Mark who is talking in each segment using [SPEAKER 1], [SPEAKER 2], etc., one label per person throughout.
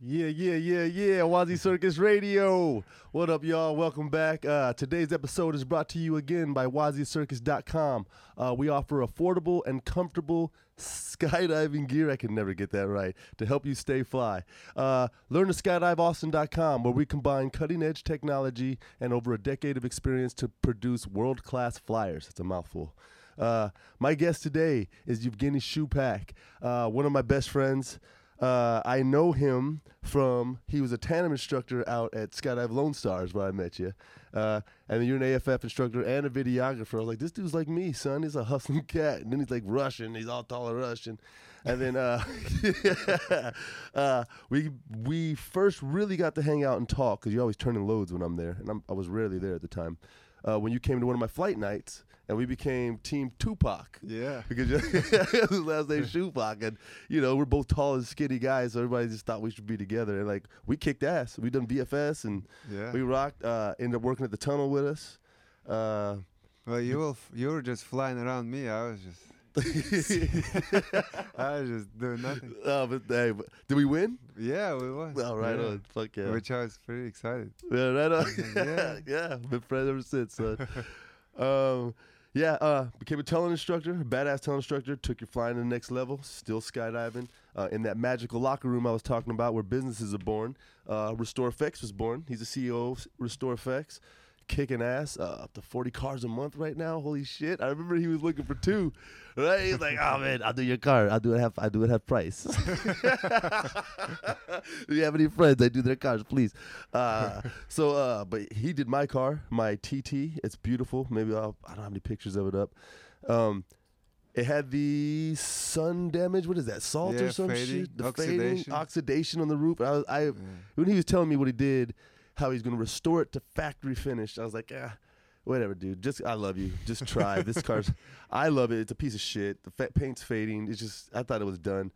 [SPEAKER 1] Yeah, yeah, yeah, yeah. Wazi Circus Radio. What up, y'all? Welcome back. Uh, today's episode is brought to you again by WaziCircus.com. Uh, we offer affordable and comfortable skydiving gear. I can never get that right to help you stay fly. Uh, learn to skydive Austin.com, where we combine cutting edge technology and over a decade of experience to produce world class flyers. It's a mouthful. Uh, my guest today is Evgeny Shupak, uh, one of my best friends. Uh, I know him from he was a tandem instructor out at Skydive Lone Stars where I met you, uh, and then you're an AFF instructor and a videographer. I was like, this dude's like me, son. He's a hustling cat, and then he's like Russian. He's all taller Russian, and then uh, uh, we we first really got to hang out and talk because you're always turning loads when I'm there, and I'm, I was rarely there at the time. Uh, when you came to one of my flight nights, and we became Team Tupac
[SPEAKER 2] Yeah.
[SPEAKER 1] because you- his last name Shupak, and you know we're both tall and skinny guys, so everybody just thought we should be together. And like we kicked ass. We done BFS, and
[SPEAKER 2] Yeah.
[SPEAKER 1] we rocked. Uh, ended up working at the tunnel with us. Uh,
[SPEAKER 2] well, you will. F- you were just flying around me. I was just. I was just doing nothing.
[SPEAKER 1] uh, but, hey, but- did we win?
[SPEAKER 2] Yeah, we won.
[SPEAKER 1] All right,
[SPEAKER 2] Yeah.
[SPEAKER 1] on. fuck yeah,
[SPEAKER 2] Which I was pretty excited.
[SPEAKER 1] yeah, right on. yeah,
[SPEAKER 2] Yeah.
[SPEAKER 1] been friends ever since. Son. um, yeah, uh, became a talent instructor, a badass talent instructor. Took your flying to the next level. Still skydiving uh, in that magical locker room I was talking about, where businesses are born. Uh, Restore Effects was born. He's the CEO of Restore Effects. Kicking ass, uh, up to forty cars a month right now. Holy shit! I remember he was looking for two, right? He's like, "Oh man, I'll do your car. I'll do it half. I'll do it half price." do you have any friends that do their cars, please? Uh, so, uh, but he did my car, my TT. It's beautiful. Maybe I'll, I don't have any pictures of it up. Um, it had the sun damage. What is that? Salt
[SPEAKER 2] Yeah,
[SPEAKER 1] or some
[SPEAKER 2] fading,
[SPEAKER 1] shit? The fading
[SPEAKER 2] oxidation.
[SPEAKER 1] oxidation on the roof. I, was, I
[SPEAKER 2] Yeah.
[SPEAKER 1] when he was telling me what he did, how he's gonna restore it to factory finish. I was like, ah. Whatever, dude. Just I love you. Just try this car's. I love it. It's a piece of shit. The fa- paint's fading. It's just I thought it was done.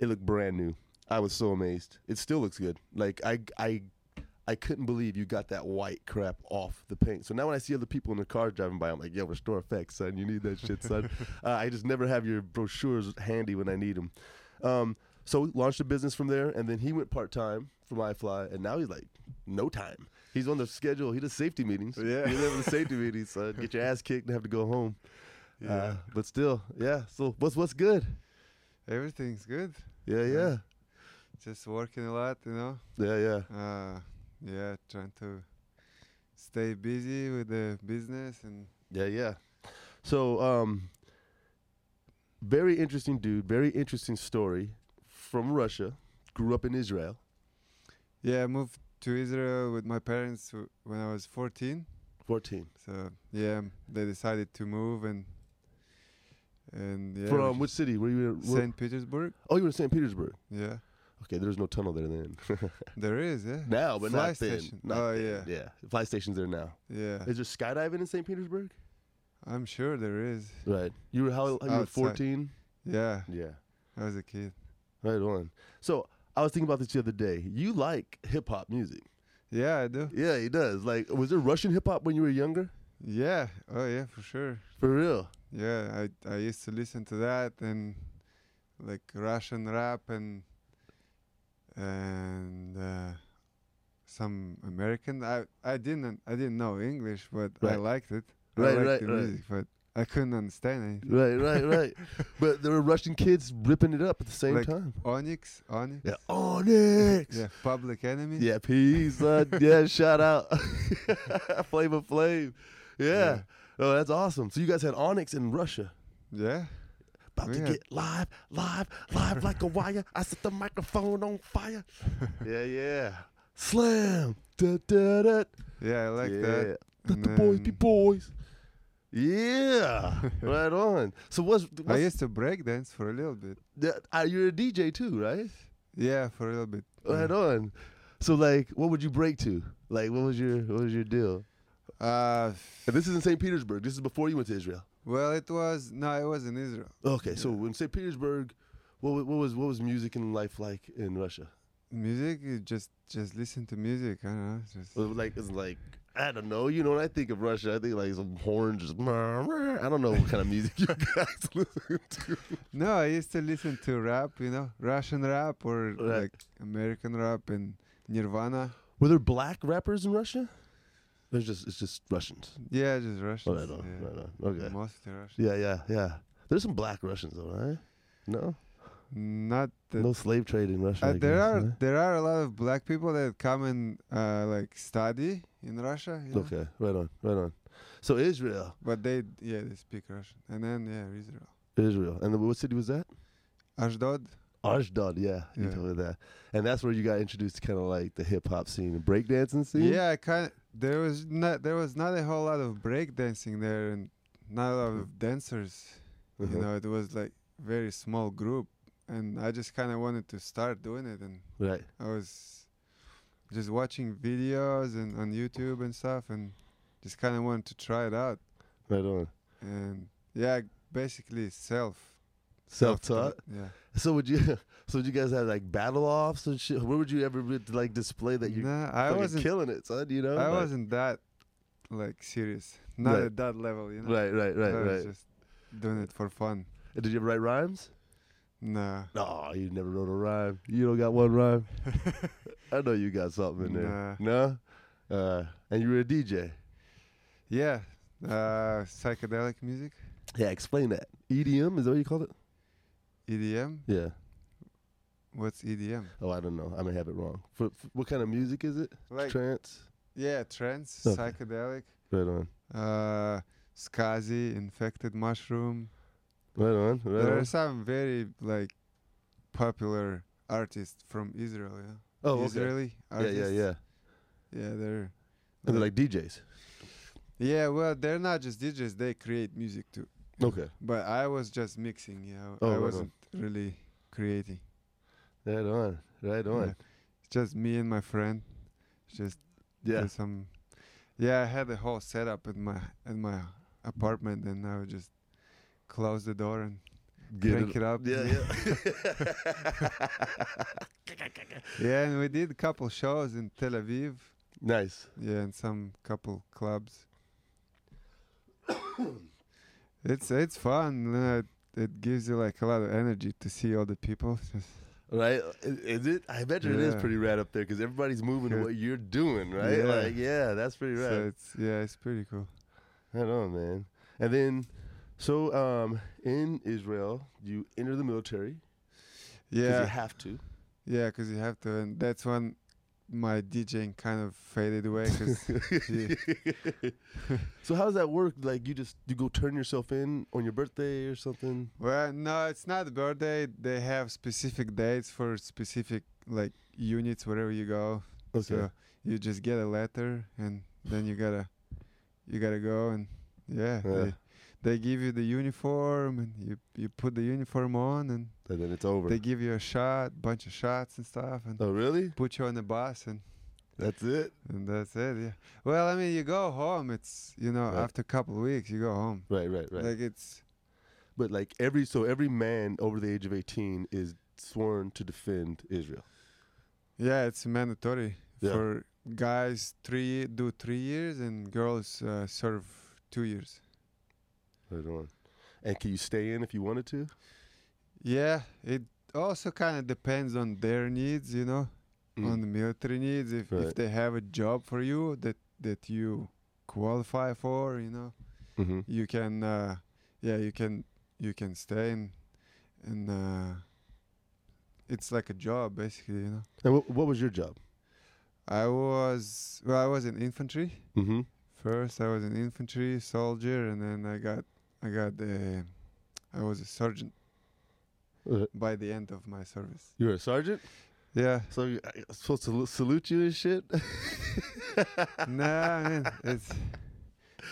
[SPEAKER 1] It looked brand new. I was so amazed. It still looks good. Like I I I couldn't believe you got that white crap off the paint. So now when I see other people in their cars driving by, I'm like, yo, restore effects, son. You need that shit, son. uh, I just never have your brochures handy when I need them. Um, so launched a business from there, and then he went part time from iFly, and now he's like, no time. He's on the schedule. He does safety meetings.
[SPEAKER 2] Yeah.
[SPEAKER 1] He's having the safety meetings, son. Get your ass kicked and have to go home.
[SPEAKER 2] Yeah.
[SPEAKER 1] Uh, but still, yeah. So what's what's good?
[SPEAKER 2] Everything's good.
[SPEAKER 1] Yeah, yeah,
[SPEAKER 2] Just working a lot, you know.
[SPEAKER 1] yeah, yeah.
[SPEAKER 2] Uh, yeah, trying to stay busy with the business and
[SPEAKER 1] Yeah, yeah. So, um, very interesting dude. Very interesting story from Russia. Grew up in Israel.
[SPEAKER 2] yeah, I moved to Israel with my parents w- when I was 14.
[SPEAKER 1] Fourteen.
[SPEAKER 2] So yeah, they decided to move and and yeah,
[SPEAKER 1] from which city? Were you? Were,
[SPEAKER 2] Saint Petersburg.
[SPEAKER 1] oh, you were in Saint Petersburg.
[SPEAKER 2] Yeah,
[SPEAKER 1] Okay, there's no tunnel there then.
[SPEAKER 2] there is. Yeah,
[SPEAKER 1] now, but
[SPEAKER 2] Fly
[SPEAKER 1] not then.
[SPEAKER 2] station.
[SPEAKER 1] Not
[SPEAKER 2] Oh,
[SPEAKER 1] then. yeah. Yeah, fly station's there now.
[SPEAKER 2] yeah.
[SPEAKER 1] Is there skydiving in Saint Petersburg?
[SPEAKER 2] I'm sure there is.
[SPEAKER 1] Right. You were how?
[SPEAKER 2] It's
[SPEAKER 1] You were
[SPEAKER 2] outside.
[SPEAKER 1] fourteen.
[SPEAKER 2] Yeah,
[SPEAKER 1] Yeah.
[SPEAKER 2] I was a kid.
[SPEAKER 1] Right on. So I was thinking about this the other day. You like hip hop music.
[SPEAKER 2] Yeah, I do.
[SPEAKER 1] Yeah, he does. Like, was there Russian hip hop when you were younger?
[SPEAKER 2] Yeah. Oh yeah, for sure.
[SPEAKER 1] For real.
[SPEAKER 2] Yeah, I I used to listen to that and like Russian rap and and uh, some American. I I didn't I didn't know English, but I
[SPEAKER 1] Right.
[SPEAKER 2] liked it.
[SPEAKER 1] Right,
[SPEAKER 2] I liked
[SPEAKER 1] right,
[SPEAKER 2] the
[SPEAKER 1] right.
[SPEAKER 2] music, but I couldn't understand anything.
[SPEAKER 1] Right, right, right. but there were Russian kids ripping it up at the same
[SPEAKER 2] Like-
[SPEAKER 1] time.
[SPEAKER 2] Onyx, Onyx.
[SPEAKER 1] Yeah, Onyx.
[SPEAKER 2] Yeah, Public Enemy.
[SPEAKER 1] yeah, peace. Uh, yeah, shout out, Flame of Flame. Yeah.
[SPEAKER 2] Yeah.
[SPEAKER 1] Oh, that's awesome. So you guys had Onyx in Russia.
[SPEAKER 2] Yeah.
[SPEAKER 1] About to
[SPEAKER 2] Yeah.
[SPEAKER 1] get live, live, live like a wire. I set the microphone on fire. yeah, yeah. Slam. Da, da, da.
[SPEAKER 2] Yeah, I like
[SPEAKER 1] yeah.
[SPEAKER 2] that.
[SPEAKER 1] Let
[SPEAKER 2] And
[SPEAKER 1] the boys be
[SPEAKER 2] then
[SPEAKER 1] boys. Yeah. right on. So what's,
[SPEAKER 2] I
[SPEAKER 1] what's
[SPEAKER 2] used to break dance for a little bit.
[SPEAKER 1] that- uh, you're a DJ too, right?
[SPEAKER 2] Yeah, for a little bit.
[SPEAKER 1] Right
[SPEAKER 2] Mm.
[SPEAKER 1] on. So like, what would you break to? Like, what was your what was your deal?
[SPEAKER 2] Yeah. Uh,
[SPEAKER 1] And this is in St. Petersburg. This is before you went to Israel.
[SPEAKER 2] well, it was no, it was in Israel.
[SPEAKER 1] Okay, so in St. Petersburg, what wa- what was what was music and life like in Russia?
[SPEAKER 2] Music, you just just listen to music. I don't know. Just
[SPEAKER 1] Was it like is it like I don't know. You know, when I think of Russia, I think like some horns just. I don't know what kind of music you guys listen to.
[SPEAKER 2] No, I used to listen to rap, you know, Russian rap or
[SPEAKER 1] Right.
[SPEAKER 2] like American rap and Nirvana.
[SPEAKER 1] Were there black rappers in Russia? There's just it's just Russians.
[SPEAKER 2] Yeah, just
[SPEAKER 1] Oh,
[SPEAKER 2] Russian.
[SPEAKER 1] right on,
[SPEAKER 2] yeah.
[SPEAKER 1] right on. Okay.
[SPEAKER 2] Mostly Russian.
[SPEAKER 1] Yeah, yeah, yeah. There's some black Russians though, right? No,
[SPEAKER 2] Not that.
[SPEAKER 1] no slave trade in Russia.
[SPEAKER 2] Uh,
[SPEAKER 1] I
[SPEAKER 2] there
[SPEAKER 1] guess,
[SPEAKER 2] are
[SPEAKER 1] right?
[SPEAKER 2] there are a lot of black people that come and uh, like study in Russia, you know?
[SPEAKER 1] Okay, right on, right on. So Israel,
[SPEAKER 2] but they yeah they speak Russian. And then yeah Israel,
[SPEAKER 1] Israel, and then what city was that?
[SPEAKER 2] Ashdod.
[SPEAKER 1] Ashdod, yeah, you
[SPEAKER 2] Yeah.
[SPEAKER 1] told me that, and that's where you got introduced to kind of like the hip hop scene and breakdancing scene.
[SPEAKER 2] Yeah, I kind there was not there was not a whole lot of break dancing there and not a lot of dancers.
[SPEAKER 1] Uh-huh.
[SPEAKER 2] You know, it was like very small group, and I just kind of wanted to start doing it, and
[SPEAKER 1] right.
[SPEAKER 2] I was just watching videos and on YouTube and stuff, and just kind of wanted to try it out,
[SPEAKER 1] Right on.
[SPEAKER 2] and yeah, basically self
[SPEAKER 1] Self taught.
[SPEAKER 2] Yeah.
[SPEAKER 1] So would you? So would you guys have like battle offs and shit? Where would you ever be to, like display that you?
[SPEAKER 2] Nah, I
[SPEAKER 1] fucking
[SPEAKER 2] wasn't.
[SPEAKER 1] killing it, son. You know.
[SPEAKER 2] I
[SPEAKER 1] Like-
[SPEAKER 2] wasn't that like serious. Not
[SPEAKER 1] Right.
[SPEAKER 2] at that level, you know.
[SPEAKER 1] Right, right, right,
[SPEAKER 2] I was
[SPEAKER 1] right.
[SPEAKER 2] just doing it for fun.
[SPEAKER 1] And Did you ever write rhymes?
[SPEAKER 2] Nah.
[SPEAKER 1] No, you never wrote a rhyme. You don't got one rhyme. I know you got something in there. No. Uh, and you were a DJ.
[SPEAKER 2] Yeah. Uh, psychedelic music,
[SPEAKER 1] Yeah, explain that. EDM is that what you called it?
[SPEAKER 2] EDM.
[SPEAKER 1] Yeah.
[SPEAKER 2] E What's E EDM?
[SPEAKER 1] Oh, I don't know. I may have it wrong. For, f what kind of music is it?
[SPEAKER 2] Like
[SPEAKER 1] Trance.
[SPEAKER 2] yeah, trance,
[SPEAKER 1] Okay.
[SPEAKER 2] psychedelic,
[SPEAKER 1] Right on.
[SPEAKER 2] uh, skazi, infected mushroom.
[SPEAKER 1] Right on. Right
[SPEAKER 2] There
[SPEAKER 1] on.
[SPEAKER 2] are some very like popular artists from Israel. Yeah.
[SPEAKER 1] Oh, okay.
[SPEAKER 2] Israeli
[SPEAKER 1] Yeah,
[SPEAKER 2] artists.
[SPEAKER 1] yeah, yeah.
[SPEAKER 2] Yeah, they're.
[SPEAKER 1] And they're like DJs.
[SPEAKER 2] yeah, well, they're not just DJs; they create music too.
[SPEAKER 1] Okay.
[SPEAKER 2] But I was just mixing, you know.
[SPEAKER 1] Oh, right
[SPEAKER 2] I
[SPEAKER 1] on.
[SPEAKER 2] wasn't really creating.
[SPEAKER 1] Right on. Right on.
[SPEAKER 2] It's just me and my friend. Just
[SPEAKER 1] Yeah.
[SPEAKER 2] do some Yeah, I had a whole setup in my in my apartment and I would just close the door and
[SPEAKER 1] Get
[SPEAKER 2] crank it, up.
[SPEAKER 1] Yeah, yeah.
[SPEAKER 2] Yeah, and we did a couple shows in Tel Aviv.
[SPEAKER 1] nice.
[SPEAKER 2] Yeah, and some couple clubs. it's it's fun. you know, It, it gives you like a lot of energy to see all the people. Just-
[SPEAKER 1] Right? Is- Is it? I bet you it is
[SPEAKER 2] Yeah.
[SPEAKER 1] pretty rad up there because everybody's moving to
[SPEAKER 2] Yeah.
[SPEAKER 1] what you're doing, right?
[SPEAKER 2] Yeah.
[SPEAKER 1] Like, yeah, that's pretty rad.
[SPEAKER 2] so it's yeah, it's pretty cool.
[SPEAKER 1] I know, man. And then, so um, in Israel, you enter the military 'cause
[SPEAKER 2] Yeah.
[SPEAKER 1] you have to.
[SPEAKER 2] Yeah, because you have to, and that's when my DJing kind of faded away. Because yeah,
[SPEAKER 1] so how does that work? Like, you just you go turn yourself in on your birthday or something?
[SPEAKER 2] well, no, it's not birthday. They have specific dates for specific like units wherever you go. So you just get a letter, and then you gotta, you gotta go, and yeah,
[SPEAKER 1] Yeah.
[SPEAKER 2] They, they give you the uniform, and you you put the uniform on, and
[SPEAKER 1] and then it's over.
[SPEAKER 2] they give you a shot, bunch of shots and stuff, and
[SPEAKER 1] oh, really?
[SPEAKER 2] put you on the bus, and
[SPEAKER 1] That's it?
[SPEAKER 2] And that's it. Yeah. Well, I mean, you go home. It's you know,
[SPEAKER 1] Right.
[SPEAKER 2] after a couple of weeks, you go home.
[SPEAKER 1] Right, right, right.
[SPEAKER 2] Like it's
[SPEAKER 1] but like every so every man over the age of eighteen is sworn to defend Israel.
[SPEAKER 2] yeah, it's mandatory
[SPEAKER 1] Yeah.
[SPEAKER 2] for guys three do three years and girls uh, serve two years.
[SPEAKER 1] Right on. And can you stay in if you wanted to?
[SPEAKER 2] Yeah, it also kind of depends on their needs, you know,
[SPEAKER 1] Mm.
[SPEAKER 2] on the military needs. If
[SPEAKER 1] Right.
[SPEAKER 2] if they have a job for you that that you qualify for, you know,
[SPEAKER 1] Mm-hmm.
[SPEAKER 2] you can uh, yeah you can you can stay and and uh, it's like a job basically you know
[SPEAKER 1] And what, what was your job?
[SPEAKER 2] i was well i was in infantry
[SPEAKER 1] Mm-hmm.
[SPEAKER 2] first i was an infantry soldier and then i got i got the i was a sergeant
[SPEAKER 1] Uh,
[SPEAKER 2] by the end of my service
[SPEAKER 1] you were a sergeant,
[SPEAKER 2] yeah
[SPEAKER 1] so you- I- I'm supposed to l- salute you and shit.
[SPEAKER 2] nah man it's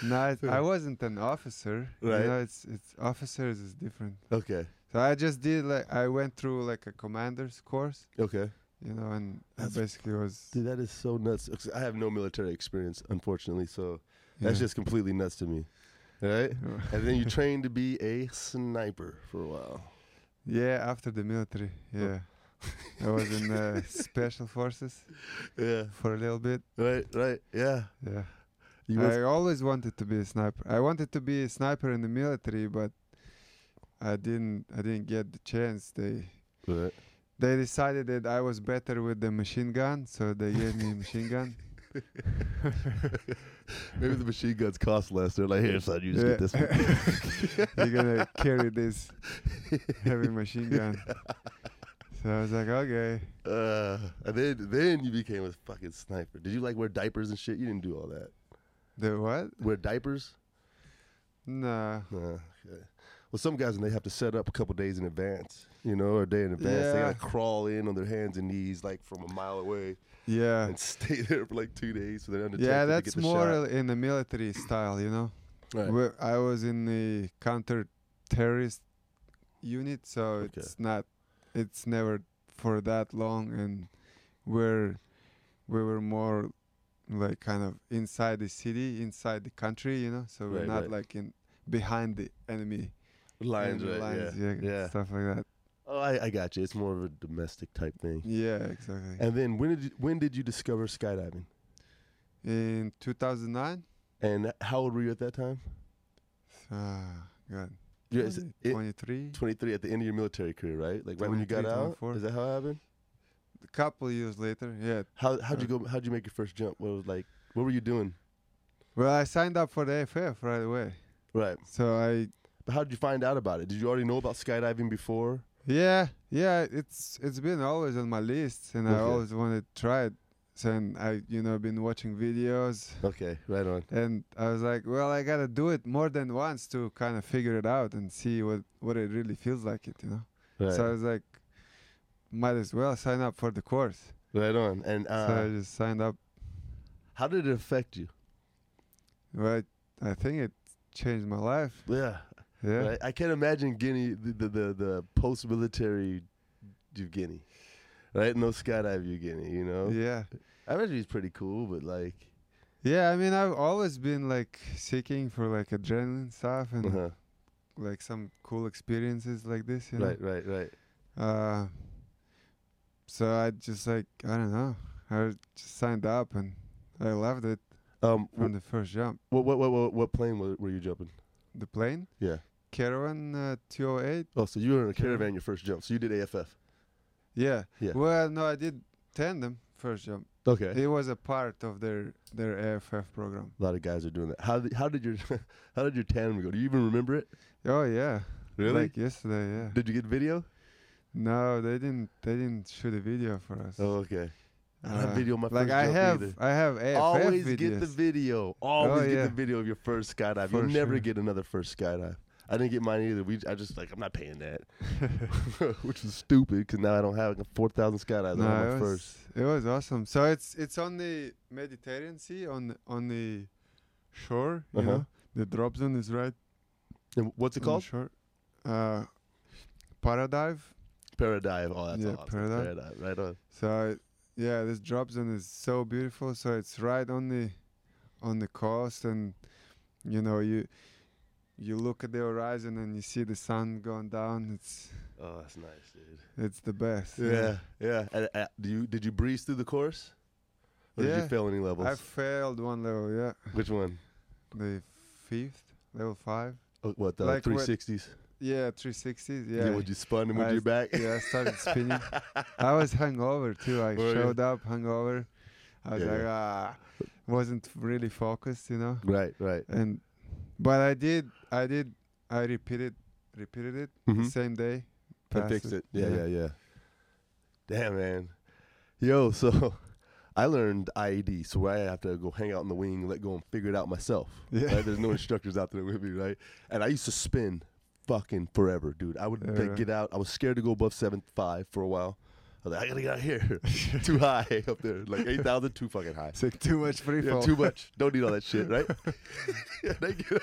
[SPEAKER 2] no it's, i wasn't an officer
[SPEAKER 1] Right.
[SPEAKER 2] you know it's it's officers is different
[SPEAKER 1] okay,
[SPEAKER 2] so i just did like i went through like a commander's course
[SPEAKER 1] okay,
[SPEAKER 2] you know, and
[SPEAKER 1] That's-
[SPEAKER 2] I basically was.
[SPEAKER 1] dude, that is so nuts. 'Cause I have no military experience, unfortunately, so that's
[SPEAKER 2] yeah.
[SPEAKER 1] just completely nuts to me. Right?
[SPEAKER 2] Uh,
[SPEAKER 1] And then you trained to be a sniper for a while.
[SPEAKER 2] yeah, after the military, yeah,
[SPEAKER 1] Oh.
[SPEAKER 2] I was in uh, special forces
[SPEAKER 1] Yeah.
[SPEAKER 2] for a little bit.
[SPEAKER 1] Right. Right. Yeah.
[SPEAKER 2] Yeah,
[SPEAKER 1] You was-
[SPEAKER 2] I always wanted to be a sniper. I wanted to be a sniper in the military, but I didn't. I didn't get the chance. They
[SPEAKER 1] Right.
[SPEAKER 2] they decided that I was better with the machine gun, so they gave me a machine gun.
[SPEAKER 1] Maybe the machine guns cost less. They're like, here, son, you just get this one.
[SPEAKER 2] You're gonna carry this heavy machine gun. So I was like, okay.
[SPEAKER 1] Uh, and then then you became a fucking sniper. Did you like wear diapers and shit? You didn't do all that.
[SPEAKER 2] The what?
[SPEAKER 1] Wear diapers?
[SPEAKER 2] Nah.
[SPEAKER 1] Uh, okay. Well, some guys and they have to set up a couple days in advance, you know, or a day in advance. They
[SPEAKER 2] Yeah.
[SPEAKER 1] gotta crawl in on their hands and knees, like from a mile away,
[SPEAKER 2] Yeah.
[SPEAKER 1] and stay there for like two days so they're undetected.
[SPEAKER 2] Yeah,
[SPEAKER 1] to
[SPEAKER 2] that's
[SPEAKER 1] get the
[SPEAKER 2] more
[SPEAKER 1] shot.
[SPEAKER 2] in the military style, you know.
[SPEAKER 1] Right.
[SPEAKER 2] Where I was in the counter terrorist unit, so
[SPEAKER 1] Okay.
[SPEAKER 2] it's not, it's never for that long, and we're we were more like kind of inside the city, inside the country, you know. So we're
[SPEAKER 1] Right,
[SPEAKER 2] not
[SPEAKER 1] right.
[SPEAKER 2] like in behind the enemy
[SPEAKER 1] Lines,
[SPEAKER 2] enemy
[SPEAKER 1] right?
[SPEAKER 2] lines,
[SPEAKER 1] yeah.
[SPEAKER 2] yeah, stuff like that.
[SPEAKER 1] Oh, I, I got you. It's more of a domestic type thing.
[SPEAKER 2] Yeah, exactly.
[SPEAKER 1] And then when did you, when did you discover skydiving?
[SPEAKER 2] in 2009,
[SPEAKER 1] And how old were you at that time?
[SPEAKER 2] ah, God,
[SPEAKER 1] You're, is
[SPEAKER 2] twenty-
[SPEAKER 1] it-
[SPEAKER 2] 23.
[SPEAKER 1] 23 at the end of your military career, right? Like right when you got
[SPEAKER 2] 23,
[SPEAKER 1] out.
[SPEAKER 2] 24.
[SPEAKER 1] Is that how it happened?
[SPEAKER 2] A couple years later, yeah,
[SPEAKER 1] How how'd
[SPEAKER 2] Uh,
[SPEAKER 1] you go? How'd you make your first jump? What was like? What were you doing?
[SPEAKER 2] Well, I signed up for the AFF right away.
[SPEAKER 1] Right.
[SPEAKER 2] So I,
[SPEAKER 1] But how did you find out about it? Did you already know about skydiving before?
[SPEAKER 2] yeah, yeah, it's it's been always on my list, and I
[SPEAKER 1] Okay.
[SPEAKER 2] always wanted to try it. So and I, you know, been watching videos,
[SPEAKER 1] Okay, right on.
[SPEAKER 2] and I was like, well, I gotta do it more than once to kind of figure it out and see what what it really feels like. It, you know.
[SPEAKER 1] Right,
[SPEAKER 2] So I was like, might as well sign up for the course.
[SPEAKER 1] right on. And uh,
[SPEAKER 2] so I just signed up.
[SPEAKER 1] how did it affect you?
[SPEAKER 2] Well, I, I think it changed my life.
[SPEAKER 1] Yeah,
[SPEAKER 2] Yeah.
[SPEAKER 1] right? I can't imagine Guinea, the the the, the post military Guinea, right? No skydive Guinea, you know.
[SPEAKER 2] Yeah.
[SPEAKER 1] I imagine he's pretty cool, but like,
[SPEAKER 2] Yeah, I mean, I've always been like seeking for like adrenaline stuff and
[SPEAKER 1] uh-huh.
[SPEAKER 2] like some cool experiences like this, you know.
[SPEAKER 1] right, right, right.
[SPEAKER 2] Uh, so I just like I don't know, I just signed up and I loved it
[SPEAKER 1] Um,
[SPEAKER 2] from the first jump.
[SPEAKER 1] what what what what, what plane were, were you jumping?
[SPEAKER 2] The plane,
[SPEAKER 1] Yeah.
[SPEAKER 2] Caravan uh, 208.
[SPEAKER 1] Oh, so you were in a
[SPEAKER 2] Sure.
[SPEAKER 1] caravan your first jump. So you did AFF.
[SPEAKER 2] Yeah.
[SPEAKER 1] Yeah.
[SPEAKER 2] Well, no, I did tandem first jump.
[SPEAKER 1] Okay.
[SPEAKER 2] It was a part of their their AFF program.
[SPEAKER 1] A lot of guys are doing that. How did, how did your how did your tandem go? Do you even remember it?
[SPEAKER 2] Oh yeah.
[SPEAKER 1] Really?
[SPEAKER 2] Like yesterday, yeah.
[SPEAKER 1] did you get video?
[SPEAKER 2] No, they didn't. They didn't shoot a video for us.
[SPEAKER 1] Oh, okay. I don't have
[SPEAKER 2] Uh,
[SPEAKER 1] video of my
[SPEAKER 2] like
[SPEAKER 1] first
[SPEAKER 2] I
[SPEAKER 1] jump
[SPEAKER 2] have,
[SPEAKER 1] either.
[SPEAKER 2] I have AFF
[SPEAKER 1] Always
[SPEAKER 2] videos. Oh,
[SPEAKER 1] get the video. Always get
[SPEAKER 2] yeah.
[SPEAKER 1] the video of your first skydive.
[SPEAKER 2] For
[SPEAKER 1] You'll never
[SPEAKER 2] sure.
[SPEAKER 1] get another first skydive. I didn't get mine either. We I just like I'm not paying that, which is stupid because now I don't have like, four thousand skydives. I
[SPEAKER 2] no,
[SPEAKER 1] have
[SPEAKER 2] it
[SPEAKER 1] my first.
[SPEAKER 2] was, it was awesome. So it's it's on the Mediterranean Sea, on the, on the shore. You
[SPEAKER 1] Uh-huh.
[SPEAKER 2] know, the drop zone is right
[SPEAKER 1] And what's it
[SPEAKER 2] on
[SPEAKER 1] called?
[SPEAKER 2] the shore. Uh, paradive.
[SPEAKER 1] Paradive. Oh, that's
[SPEAKER 2] Yeah,
[SPEAKER 1] awesome.
[SPEAKER 2] Paradive.
[SPEAKER 1] Paradive. Right on.
[SPEAKER 2] So yeah, this drop zone is so beautiful. So it's right on the on the coast, and you know you you look at the horizon and you see the sun going down. It's
[SPEAKER 1] Oh, that's nice, dude.
[SPEAKER 2] it's the best.
[SPEAKER 1] Yeah, yeah. And, uh, do you did you breeze through the course? Or did
[SPEAKER 2] Yeah.
[SPEAKER 1] you fail any levels?
[SPEAKER 2] I failed one level, yeah.
[SPEAKER 1] Which one?
[SPEAKER 2] The fifth, level five.
[SPEAKER 1] Oh, What the
[SPEAKER 2] Like
[SPEAKER 1] three
[SPEAKER 2] what-
[SPEAKER 1] sixties?
[SPEAKER 2] Yeah, 360s.
[SPEAKER 1] Yeah.
[SPEAKER 2] Yeah.
[SPEAKER 1] Would you spun and would
[SPEAKER 2] I-
[SPEAKER 1] you back?
[SPEAKER 2] yeah, I started spinning. I was hungover too.
[SPEAKER 1] Were
[SPEAKER 2] I
[SPEAKER 1] you?
[SPEAKER 2] showed up hungover. I was
[SPEAKER 1] Yeah,
[SPEAKER 2] like, ah, wasn't really focused, you know.
[SPEAKER 1] Right, right.
[SPEAKER 2] And but I did, I did, I repeated, repeated it
[SPEAKER 1] Mhm.
[SPEAKER 2] the same day.
[SPEAKER 1] I
[SPEAKER 2] passed
[SPEAKER 1] fixed it. Yeah, yeah, yeah. Damn, man. Yo, so I learned IED, so I have to go hang out in the wing, let go, and figure it out myself.
[SPEAKER 2] Yeah.
[SPEAKER 1] Right? There's no instructors out there with me, right? And I used to spin fucking forever, dude. I would
[SPEAKER 2] Yeah,
[SPEAKER 1] like,
[SPEAKER 2] right.
[SPEAKER 1] get out. I was scared to go above seven five for a while. I was like, I gotta get out here. too high up there. Like 8,000, too fucking high.
[SPEAKER 2] It's like too much free
[SPEAKER 1] Yeah,
[SPEAKER 2] fall.
[SPEAKER 1] too much. Don't need all that shit, right? Because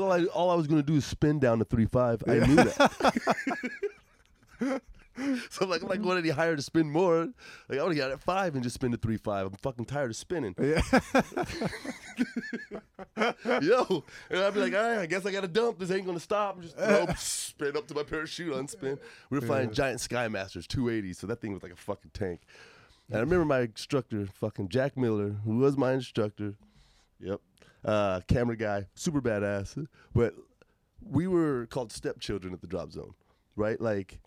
[SPEAKER 1] all I, all I was going to do is spin down to three five. I knew that. so I'm like, I'm not going any higher to spin more. Like, I would have got at five and just spin to three five. I'm fucking tired of spinning.
[SPEAKER 2] Yeah.
[SPEAKER 1] Yo. And I'd be like, all right, I guess I got to dump. This ain't going to stop. I'm just nope, spin up to my parachute, unspin. We were flying giant Sky Masters, 280. So that thing was like a fucking tank. And I remember my instructor, fucking Jack Miller, who was my instructor. Yep. uh, camera guy, super badass. But we were called stepchildren at the drop zone, right? Like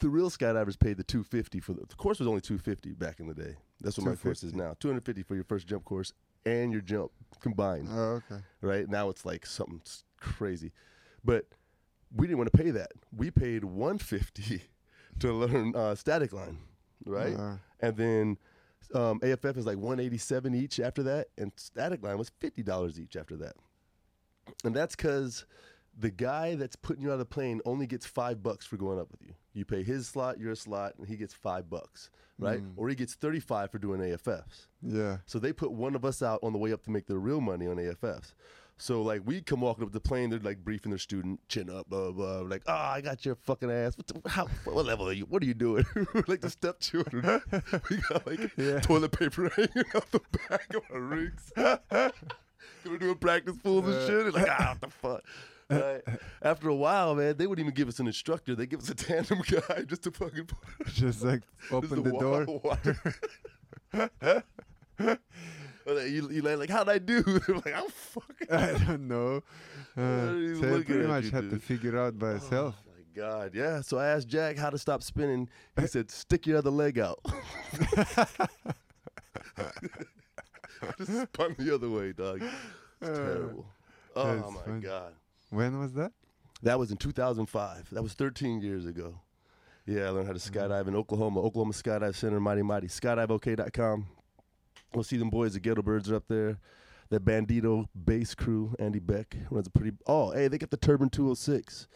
[SPEAKER 1] the real skydivers paid the 250 for the, the course was only 250 back in the day. That's what my course is
[SPEAKER 2] 250.
[SPEAKER 1] now. 250 for your first jump course and your jump combined
[SPEAKER 2] Oh, okay.
[SPEAKER 1] right? Now it's like something s- crazy. But we didn't want to pay that. We paid 150 to learn uh, static line, right?
[SPEAKER 2] Uh,
[SPEAKER 1] And then um, AFF is like 187 each after that, and static line was $50 each after that. And that's because the guy that's putting you out of the plane only gets five bucks for going up with you. You pay his slot, your slot, and he gets five bucks, right?
[SPEAKER 2] Mm.
[SPEAKER 1] Or he gets 35 for doing AFFs.
[SPEAKER 2] yeah.
[SPEAKER 1] So they put one of us out on the way up to make their real money on AFFs. So like we come walking up the plane, they're like briefing their student, chin up, blah blah. blah. We're like, oh, I got your fucking ass. What, the, how, what level are you? What are you doing? We're like the stepchildren. we got like
[SPEAKER 2] Yeah.
[SPEAKER 1] toilet paper hanging out the back of our rigs. We're doing practice pools and
[SPEAKER 2] Yeah.
[SPEAKER 1] shit. And like, ah, what the fuck. Right. After a while, man, they wouldn't even give us an instructor. They give us a tandem guy just to fucking
[SPEAKER 2] Just like
[SPEAKER 1] just
[SPEAKER 2] open the
[SPEAKER 1] wa-
[SPEAKER 2] door.
[SPEAKER 1] water. Well, like, you, you like, like, how'd I do? They're like, I'm fucking.
[SPEAKER 2] I don't know. Uh,
[SPEAKER 1] he's
[SPEAKER 2] so I
[SPEAKER 1] looking
[SPEAKER 2] pretty
[SPEAKER 1] at
[SPEAKER 2] much
[SPEAKER 1] you,
[SPEAKER 2] had to
[SPEAKER 1] dude.
[SPEAKER 2] figure out by myself.
[SPEAKER 1] Oh my god, yeah. So I asked Jack how to stop spinning.
[SPEAKER 2] Eh.
[SPEAKER 1] He said, "Stick your other leg out." Just spun the other way, dog. It's
[SPEAKER 2] Uh,
[SPEAKER 1] terrible. Oh
[SPEAKER 2] that's
[SPEAKER 1] my
[SPEAKER 2] funny.
[SPEAKER 1] god,
[SPEAKER 2] When was that?
[SPEAKER 1] that was in 2005. That was 13 years ago. Yeah, I learned how to skydive in Oklahoma, Oklahoma Skydive Center, Mighty Mighty, skydivek.com. We'll see them boys, the Ghetto Birds are up there. That Bandito bass crew, Andy Beck, runs a pretty. Oh, hey, they got the Turban 206.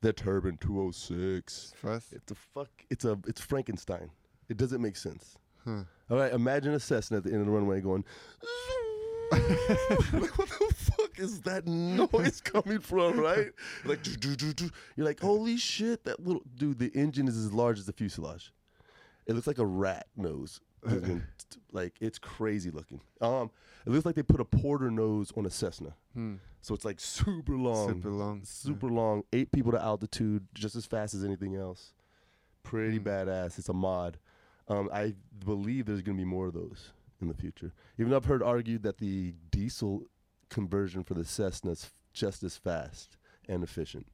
[SPEAKER 1] The Turban 206.
[SPEAKER 2] First?
[SPEAKER 1] It's a fuck. It's a. It's Frankenstein. It doesn't make sense.
[SPEAKER 2] Huh.
[SPEAKER 1] All right, imagine a Cessna at the end of the runway going. like, what the fuck is that noise coming from? Right? Like, do, do, do, do. you're like, holy shit! That little dude. The engine is as large as the fuselage. It looks like a rat nose. has been- like it's crazy looking. Um, it looks like they put a porter nose on a Cessna,
[SPEAKER 2] Hmm.
[SPEAKER 1] so it's like super long
[SPEAKER 2] Super long.
[SPEAKER 1] super long, eight people to altitude, just as fast as anything else. Pretty
[SPEAKER 2] Mm.
[SPEAKER 1] badass. It's a mod. Um, I believe there's going to be more of those in the future. Even though I've heard argued that the diesel conversion for the Cessna's f- just as fast and efficient.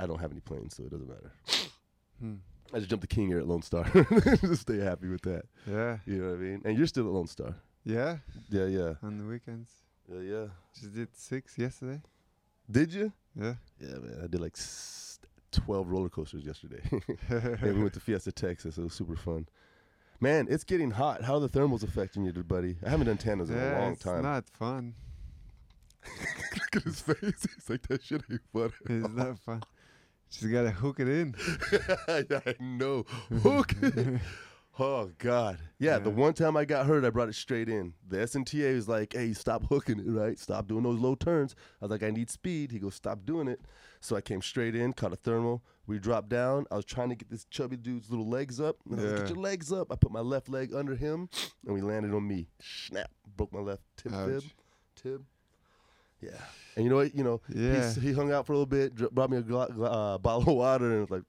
[SPEAKER 1] I don't have any planes, so it doesn't matter.
[SPEAKER 2] Hmm.
[SPEAKER 1] I just jumped the King Air at Lone Star. just stay happy with that.
[SPEAKER 2] Yeah.
[SPEAKER 1] You know what I mean? And you're still at Lone Star.
[SPEAKER 2] Yeah.
[SPEAKER 1] Yeah, yeah,
[SPEAKER 2] On the weekends.
[SPEAKER 1] yeah, yeah.
[SPEAKER 2] Just did six yesterday.
[SPEAKER 1] Did you?
[SPEAKER 2] Yeah.
[SPEAKER 1] Yeah, man. I did like s- twelve roller coasters yesterday. yeah, we went to Fiesta, Texas. It was super fun. Man, it's getting hot. How are the thermals affecting you, buddy? I haven't done tandas in a
[SPEAKER 2] yeah,
[SPEAKER 1] long
[SPEAKER 2] it's
[SPEAKER 1] time.
[SPEAKER 2] not fun.
[SPEAKER 1] Look at his face. He's like, that shit ain't fun.
[SPEAKER 2] It's not fun. Just gotta hook it in.
[SPEAKER 1] Yeah, I know. Hook. oh, God. Yeah, the
[SPEAKER 2] Yeah.
[SPEAKER 1] one time I got hurt, I brought it straight in. The SMTA was like, hey, stop hooking it, right? Stop doing those low turns. I was like, I need speed. He goes, stop doing it. So I came straight in, caught a thermal. We dropped down. I was trying to get this chubby dude's little legs up. And I was like,
[SPEAKER 2] Yeah.
[SPEAKER 1] get your legs up. I put my left leg under him, and we landed on me. Snap. Broke my left tib fib.
[SPEAKER 2] Ouch.
[SPEAKER 1] Tib. Yeah. And you know what? You know, he
[SPEAKER 2] Yeah.
[SPEAKER 1] s- he hung out for a little bit, dr- brought me a gla- gla- uh, bottle of water, and was like,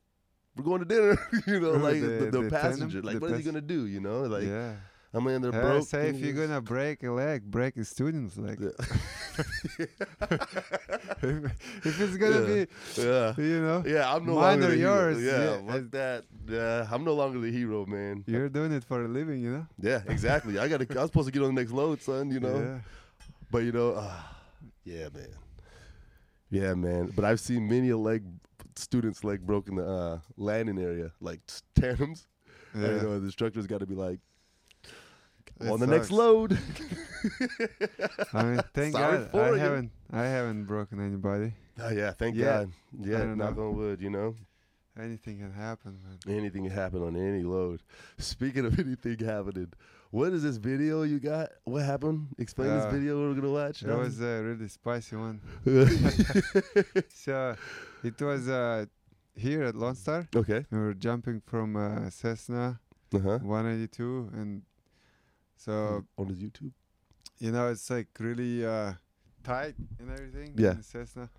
[SPEAKER 1] "We're going to dinner." you know,
[SPEAKER 2] Oh,
[SPEAKER 1] like
[SPEAKER 2] the-
[SPEAKER 1] the, the,
[SPEAKER 2] the tandem?
[SPEAKER 1] passenger, like,
[SPEAKER 2] The
[SPEAKER 1] what is he
[SPEAKER 2] pas-
[SPEAKER 1] gonna do? You know, like
[SPEAKER 2] yeah.
[SPEAKER 1] I'm in there
[SPEAKER 2] I
[SPEAKER 1] broke.
[SPEAKER 2] say if
[SPEAKER 1] and
[SPEAKER 2] you're
[SPEAKER 1] he's-
[SPEAKER 2] gonna break a leg, break a student's leg. if, if it's gonna
[SPEAKER 1] Yeah. yeah,
[SPEAKER 2] be, you know,
[SPEAKER 1] yeah, I'm no
[SPEAKER 2] Mine
[SPEAKER 1] longer
[SPEAKER 2] or
[SPEAKER 1] the
[SPEAKER 2] yours,
[SPEAKER 1] hero. Yeah,
[SPEAKER 2] yeah,
[SPEAKER 1] fuck
[SPEAKER 2] and-
[SPEAKER 1] that. Yeah, I'm no longer the hero, man.
[SPEAKER 2] you're doing it for a living, you know.
[SPEAKER 1] Yeah, exactly. I got. to I was supposed to get on the next load, son. You know,
[SPEAKER 2] Yeah.
[SPEAKER 1] but you know, uh, yeah, man. Yeah, man. But I've seen many a leg students leg broken the uh, landing area, like tandems.
[SPEAKER 2] Yeah.
[SPEAKER 1] You know, the instructor's got to be like,
[SPEAKER 2] It
[SPEAKER 1] on the next
[SPEAKER 2] sucks.
[SPEAKER 1] load.
[SPEAKER 2] I mean, thank
[SPEAKER 1] Sorry
[SPEAKER 2] God
[SPEAKER 1] for
[SPEAKER 2] I
[SPEAKER 1] you.
[SPEAKER 2] haven't I haven't broken anybody.
[SPEAKER 1] oh, yeah, thank
[SPEAKER 2] Yeah.
[SPEAKER 1] God. Yeah,
[SPEAKER 2] don't
[SPEAKER 1] knock
[SPEAKER 2] know.
[SPEAKER 1] on wood, you know?
[SPEAKER 2] Anything can happen, man.
[SPEAKER 1] Anything can happen on any load. Speaking of anything happening, what is this video you got? What happened? Explain
[SPEAKER 2] Uh,
[SPEAKER 1] this video we're going to watch.
[SPEAKER 2] That was a really spicy one. So it was uh, here at Lone Star.
[SPEAKER 1] okay.
[SPEAKER 2] We were jumping from uh, Cessna
[SPEAKER 1] Uh-huh.
[SPEAKER 2] 182, and so
[SPEAKER 1] on his YouTube.
[SPEAKER 2] you know it's like really uh, tight and everything.
[SPEAKER 1] Yeah.
[SPEAKER 2] in the Cessna.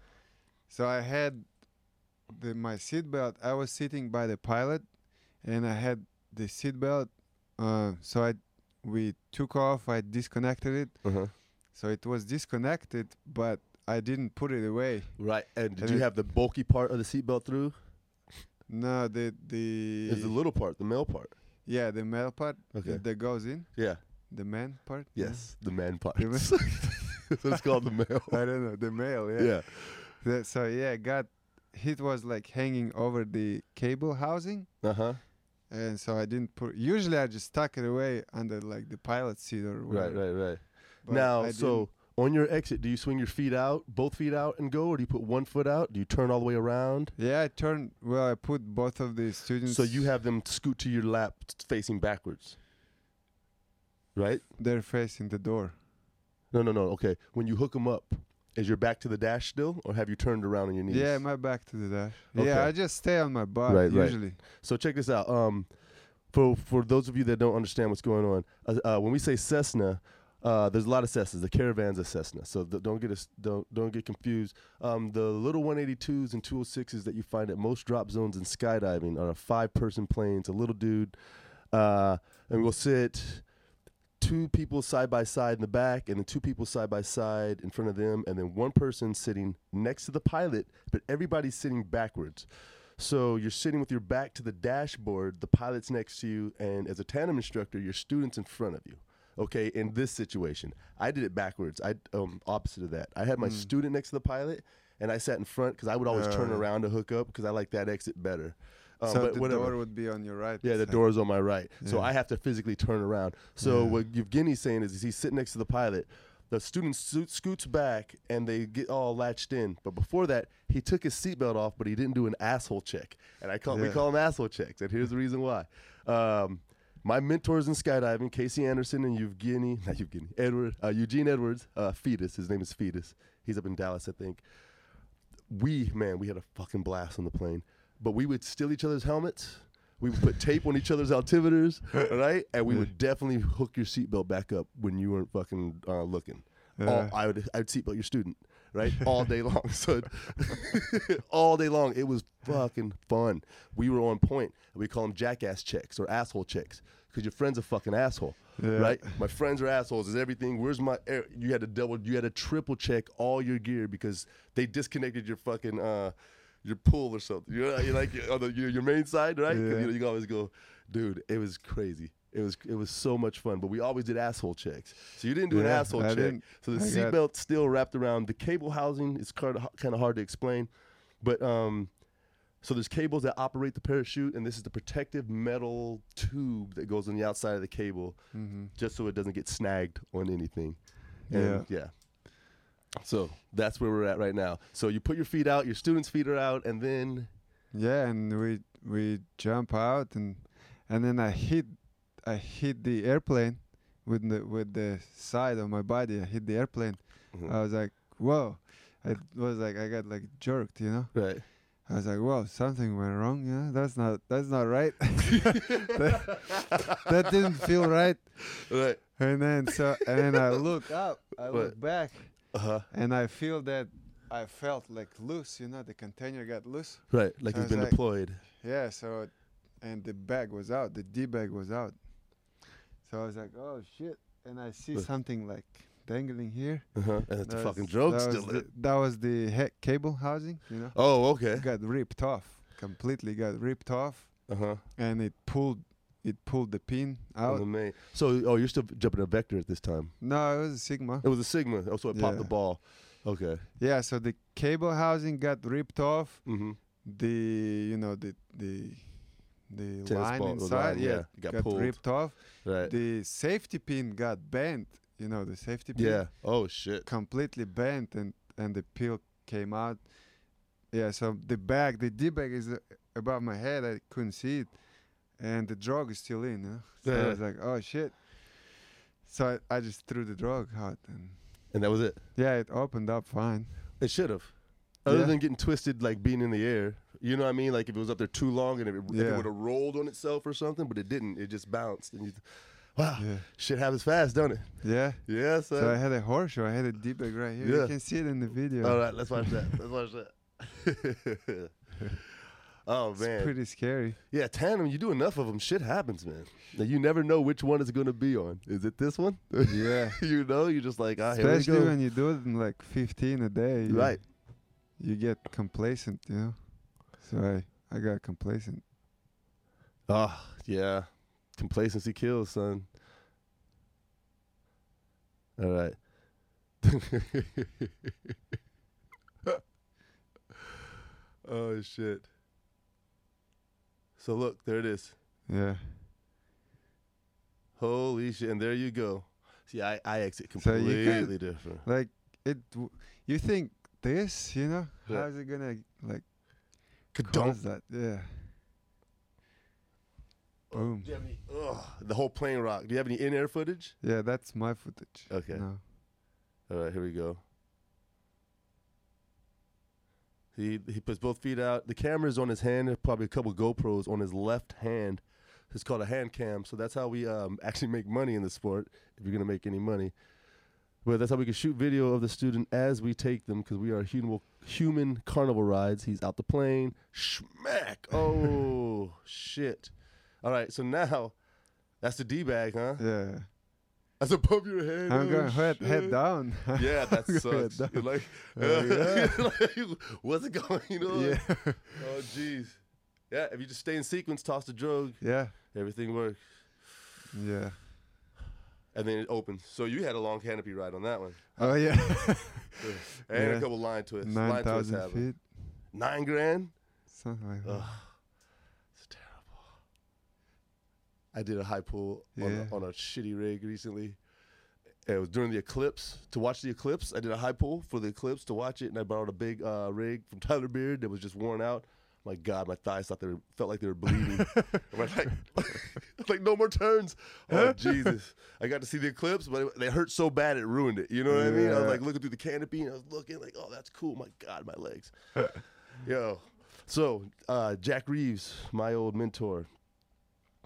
[SPEAKER 2] So I had the, my seatbelt. I was sitting by the pilot, and I had the seatbelt. Uh, so I we took off. I disconnected it.
[SPEAKER 1] Uh-huh.
[SPEAKER 2] So it was disconnected, but I didn't put it away.
[SPEAKER 1] Right. And did
[SPEAKER 2] And
[SPEAKER 1] you
[SPEAKER 2] it-
[SPEAKER 1] have the bulky part of the seatbelt through?
[SPEAKER 2] No, the the,
[SPEAKER 1] It's the little part, the male part.
[SPEAKER 2] yeah the male part
[SPEAKER 1] Okay.
[SPEAKER 2] that goes in
[SPEAKER 1] Yeah.
[SPEAKER 2] the man part. you know?
[SPEAKER 1] Yes. The man part.
[SPEAKER 2] The man-
[SPEAKER 1] so it's called the male.
[SPEAKER 2] I don't know the male. Yeah.
[SPEAKER 1] Yeah.
[SPEAKER 2] That- so yeah, got it was like hanging over the cable housing,
[SPEAKER 1] Uh huh.
[SPEAKER 2] and so I didn't put. Usually I just tuck it away under like the pilot seat or
[SPEAKER 1] Right,
[SPEAKER 2] whatever.
[SPEAKER 1] right, right.
[SPEAKER 2] but I
[SPEAKER 1] now,
[SPEAKER 2] didn't-
[SPEAKER 1] so on your exit, do you swing your feet out, both feet out, and go, or do you put one foot out? Do you turn all the way around?
[SPEAKER 2] yeah, I turned. Well, I put both of the students.
[SPEAKER 1] So you have them scoot to your lap, t- facing backwards. Right?
[SPEAKER 2] they're facing the door.
[SPEAKER 1] No, no, no. Okay. When you hook them up, is your back to the dash still, or have you turned around on your knees?
[SPEAKER 2] Yeah, my back to the dash.
[SPEAKER 1] Okay.
[SPEAKER 2] Yeah, I just stay on my butt
[SPEAKER 1] Right, right.
[SPEAKER 2] usually.
[SPEAKER 1] So check this out. Um, for for those of you that don't understand what's going on, uh, uh, when we say Cessna, uh, there's a lot of Cessnas. The caravan's a Cessna, so th- don't get us don't don't get confused. Um, the little 182s and 206s that you find at most drop zones in skydiving are a five-person plane. It's a little dude, uh, and we'll sit two people side by side in the back, and then two people side by side in front of them, and then one person sitting next to the pilot, but everybody's sitting backwards. So you're sitting with your back to the dashboard, the pilot's next to you, and as a tandem instructor, your student's in front of you. Okay, in this situation, I did it backwards. I um opposite of that. I had my
[SPEAKER 2] Hmm.
[SPEAKER 1] student next to the pilot, and I sat in front because I would always turn
[SPEAKER 2] Uh.
[SPEAKER 1] around to hook up because I like that exit better. Um,
[SPEAKER 2] so
[SPEAKER 1] but
[SPEAKER 2] the
[SPEAKER 1] whatever.
[SPEAKER 2] door would be on your right.
[SPEAKER 1] Yeah, the
[SPEAKER 2] side.
[SPEAKER 1] door's on my right. So
[SPEAKER 2] Yeah.
[SPEAKER 1] I have to physically turn around. So
[SPEAKER 2] Yeah.
[SPEAKER 1] what Evgenie's saying is, is he's sitting next to the pilot. The student soo- scoots back and they get all latched in. But before that, he took his seatbelt off, but he didn't do an asshole check. And I call we
[SPEAKER 2] Yeah.
[SPEAKER 1] call them asshole checks. And here's the reason why. Um, my mentors in skydiving, Casey Anderson and Eugenie, not Eugenie, Edward, uh, Eugene Edwards, uh, Fetus. His name is Fetus. He's up in Dallas, I think we man, we had a fucking blast on the plane. But we would steal each other's helmets. We would put tape on each other's altimeters, right? And we would definitely hook your seatbelt back up when you weren't fucking uh, looking. All,
[SPEAKER 2] Yeah.
[SPEAKER 1] I would I would seatbelt your student, right? All day long. So all day long, it was fucking fun. We were on point. We call them jackass checks or asshole checks because your friend's a fucking asshole,
[SPEAKER 2] Yeah.
[SPEAKER 1] right? My friends are assholes. Is everything? Where's my? Air? You had to double. You had to triple check all your gear because they disconnected your fucking uh, your pull or something. You know, you like on the, your, your main side, right? 'Cause,
[SPEAKER 2] Yeah.
[SPEAKER 1] You know, you can always go, dude. It was crazy. It was it was so much fun. But we always did asshole checks. So you didn't do an
[SPEAKER 2] Yeah,
[SPEAKER 1] asshole
[SPEAKER 2] I
[SPEAKER 1] check.
[SPEAKER 2] didn't-
[SPEAKER 1] So the
[SPEAKER 2] I got-
[SPEAKER 1] seatbelt still wrapped around the cable housing. It's kind of kind of hard to explain, but um. So there's cables that operate the parachute, and this is the protective metal tube that goes on the outside of the cable, just so it doesn't get snagged on anything. And yeah. So that's where we're at right now. So you put your feet out, your students' feet are out, and then
[SPEAKER 2] Yeah, and we we jump out and and then I hit I hit the airplane with the with the side of my body. I hit the airplane.
[SPEAKER 1] Mhm.
[SPEAKER 2] I was like, whoa. It was like I got like jerked, you know.
[SPEAKER 1] right.
[SPEAKER 2] I was like, whoa, something went wrong. Yeah, that's not that's not right. that, that didn't feel right.
[SPEAKER 1] Right.
[SPEAKER 2] And then so and then I look up, I
[SPEAKER 1] What?
[SPEAKER 2] look back,
[SPEAKER 1] Uh huh.
[SPEAKER 2] and I feel that I felt like loose. You know, the container got loose.
[SPEAKER 1] Right. Like
[SPEAKER 2] So
[SPEAKER 1] it's
[SPEAKER 2] it's
[SPEAKER 1] been
[SPEAKER 2] like-
[SPEAKER 1] deployed.
[SPEAKER 2] Yeah, so and the bag was out, the D bag was out. So I was like, oh shit. And I see
[SPEAKER 1] Uh.
[SPEAKER 2] something like dangling here.
[SPEAKER 1] Uh huh. And it's a
[SPEAKER 2] That
[SPEAKER 1] fucking
[SPEAKER 2] was-
[SPEAKER 1] joke
[SPEAKER 2] that
[SPEAKER 1] still. eh?
[SPEAKER 2] Was the, that was the he- cable housing, you know?
[SPEAKER 1] oh, okay.
[SPEAKER 2] Got ripped off. Completely got ripped off.
[SPEAKER 1] Uh huh.
[SPEAKER 2] And it pulled it pulled the pin
[SPEAKER 1] Uh-huh.
[SPEAKER 2] out.
[SPEAKER 1] So oh, you're still jumping a vector at this time.
[SPEAKER 2] No, it was a Sigma.
[SPEAKER 1] It was a sigma. Oh, so it popped the
[SPEAKER 2] Yeah.
[SPEAKER 1] ball. Okay.
[SPEAKER 2] Yeah, so the cable housing got ripped off.
[SPEAKER 1] Mm-hmm.
[SPEAKER 2] The you know, the the the
[SPEAKER 1] Tennis
[SPEAKER 2] line
[SPEAKER 1] ball- the
[SPEAKER 2] inside,
[SPEAKER 1] line,
[SPEAKER 2] yeah,
[SPEAKER 1] yeah, it got
[SPEAKER 2] got,
[SPEAKER 1] pulled.
[SPEAKER 2] ripped off.
[SPEAKER 1] Right.
[SPEAKER 2] the safety pin got bent. You know, the safety pin
[SPEAKER 1] Yeah. Oh shit.
[SPEAKER 2] completely bent, and and the pill came out. Yeah, so the bag, the D bag is uh, above my head. I couldn't see it, and the drug is still in. You know? So
[SPEAKER 1] Yeah.
[SPEAKER 2] I was like, oh shit. So I, I just threw the drug out, and
[SPEAKER 1] And that was it.
[SPEAKER 2] yeah, it opened up fine.
[SPEAKER 1] It should have. Other
[SPEAKER 2] Yeah.
[SPEAKER 1] than getting twisted, like being in the air, you know what I mean. Like if it was up there too long and it, if it
[SPEAKER 2] Yeah.
[SPEAKER 1] would have rolled on itself or something, but it didn't. It just bounced. And you, wow,
[SPEAKER 2] Yeah,
[SPEAKER 1] shit happens fast, don't it?
[SPEAKER 2] yeah.
[SPEAKER 1] Yeah,
[SPEAKER 2] So I
[SPEAKER 1] son.
[SPEAKER 2] had a horseshoe. I had a D bag right here.
[SPEAKER 1] Yeah.
[SPEAKER 2] You can see it in the video.
[SPEAKER 1] All right, let's watch that. Let's watch that. Oh
[SPEAKER 2] It's
[SPEAKER 1] man,
[SPEAKER 2] pretty scary.
[SPEAKER 1] yeah, tandem. You do enough of them, shit happens, man. Now, you never know which one it's gonna be on. Is it this one?
[SPEAKER 2] Yeah.
[SPEAKER 1] you know, you're just like, ah, here we
[SPEAKER 2] Especially
[SPEAKER 1] go.
[SPEAKER 2] when you do it in like 15 a day. you-
[SPEAKER 1] right.
[SPEAKER 2] You get complacent, you know? So I, I got complacent.
[SPEAKER 1] Ah, yeah. Complacency kills, son. All right. oh shit. So look, there it is.
[SPEAKER 2] Yeah.
[SPEAKER 1] Holy shit, and there you go. See, I, I exit
[SPEAKER 2] So you
[SPEAKER 1] completely
[SPEAKER 2] can-
[SPEAKER 1] different.
[SPEAKER 2] Like, it. W- you think this, you know?
[SPEAKER 1] Yeah.
[SPEAKER 2] How's it gonna, like,
[SPEAKER 1] Ka-dunk.
[SPEAKER 2] cause that? Yeah. Boom.
[SPEAKER 1] Do you have any? Ugh, the whole plane rock. Do you have any in-air footage?
[SPEAKER 2] Yeah, that's my footage.
[SPEAKER 1] Okay.
[SPEAKER 2] No.
[SPEAKER 1] All right, here we go. He he puts both feet out. The camera's on his hand. and Probably a couple GoPros on his left hand. It's called a hand cam. So that's how we um, actually make money in the sport. If you're gonna make any money, but that's how we can shoot video of the student as we take them because we are human human carnival rides. He's out the plane. Schmack! Oh shit! All right, so now that's the d bag, huh?
[SPEAKER 2] Yeah.
[SPEAKER 1] That's above your head.
[SPEAKER 2] I'm
[SPEAKER 1] oh,
[SPEAKER 2] going head, head
[SPEAKER 1] shit.
[SPEAKER 2] down.
[SPEAKER 1] Yeah, that
[SPEAKER 2] Yeah,
[SPEAKER 1] sucks.
[SPEAKER 2] that-
[SPEAKER 1] You're like,
[SPEAKER 2] Oh, yeah.
[SPEAKER 1] like, what's it going on?
[SPEAKER 2] yeah.
[SPEAKER 1] Oh, jeez. Yeah, if you just stay in sequence, toss the drug,
[SPEAKER 2] yeah.
[SPEAKER 1] everything works,
[SPEAKER 2] Yeah.
[SPEAKER 1] and then it opens. So you had a long canopy ride on that one,
[SPEAKER 2] Oh, yeah.
[SPEAKER 1] and a
[SPEAKER 2] Yeah.
[SPEAKER 1] couple line twists. line twists
[SPEAKER 2] 9,000
[SPEAKER 1] happened.
[SPEAKER 2] feet.
[SPEAKER 1] Nine grand.
[SPEAKER 2] Something like that.
[SPEAKER 1] Ugh, it's terrible. I did a high pull on,
[SPEAKER 2] Yeah.
[SPEAKER 1] a, on a shitty rig recently. It was during the eclipse to watch the eclipse. I did a high pull for the eclipse to watch it, and I borrowed a big uh, rig from Tyler Beard that was just worn out. My God, my thighs thought they were, felt like they were bleeding. I'm like, like no more turns. Oh Jesus! I got to see the eclipse, but it, they hurt so bad it ruined it. You know what I mean? I was
[SPEAKER 2] Yeah.
[SPEAKER 1] like looking through the canopy, and I was looking like, oh, that's cool. My God, my legs. Yo, so uh, Jack Reeves, my old mentor,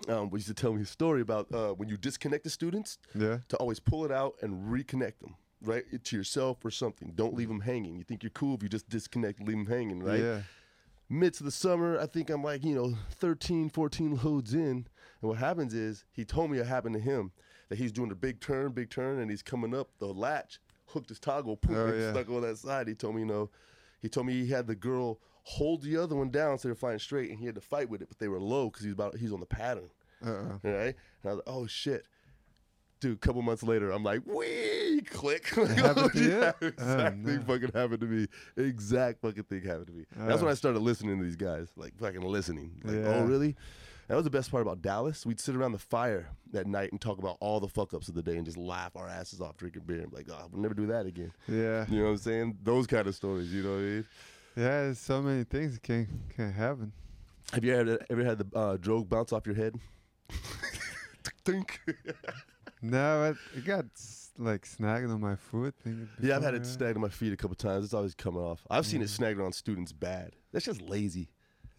[SPEAKER 1] um, used to tell me a story about uh, when you disconnect the students
[SPEAKER 2] Yeah.
[SPEAKER 1] to always pull it out and reconnect them, right, to yourself or something. Don't leave them hanging. You think you're cool if you just disconnect, and leave them hanging, right?
[SPEAKER 2] Yeah.
[SPEAKER 1] mid to the summer i think i'm like you know 13 14 loads in and what happens is he told me it happened to him that he's doing a big turn big turn and he's coming up the latch hooked his toggle poof,
[SPEAKER 2] Oh,
[SPEAKER 1] and
[SPEAKER 2] yeah.
[SPEAKER 1] stuck on that side he told me you know he told me he had the girl hold the other one down so they're flying straight and he had to fight with it but they were low because he's about he's on the pattern
[SPEAKER 2] Uh-oh.
[SPEAKER 1] right and i was like oh shit Dude, a couple months later, I'm like, wee, click. Like,
[SPEAKER 2] happened to
[SPEAKER 1] yeah,
[SPEAKER 2] you? Oh,
[SPEAKER 1] Exactly,
[SPEAKER 2] no.
[SPEAKER 1] fucking happened to me. Exact fucking thing happened to me. That's when I started listening to these guys, like fucking listening. Like, oh,
[SPEAKER 2] Yeah.
[SPEAKER 1] really? That was the best part about Dallas. We'd sit around the fire that night and talk about all the fuck ups of the day and just laugh our asses off drinking beer. I'm like, oh, we'll never do that again.
[SPEAKER 2] Yeah.
[SPEAKER 1] You know what I'm saying? Those kind of stories, you know what I mean?
[SPEAKER 2] Yeah, there's so many things can can happen.
[SPEAKER 1] Have you ever, ever had the uh, drug bounce off your head? Think.
[SPEAKER 2] No, but it got s- like snagged on my foot. Thing
[SPEAKER 1] Yeah, I've had it
[SPEAKER 2] before,
[SPEAKER 1] snagged on my feet a couple times. It's always coming off. I've seen it
[SPEAKER 2] Mm-hmm.
[SPEAKER 1] snagged on students bad. That's just lazy.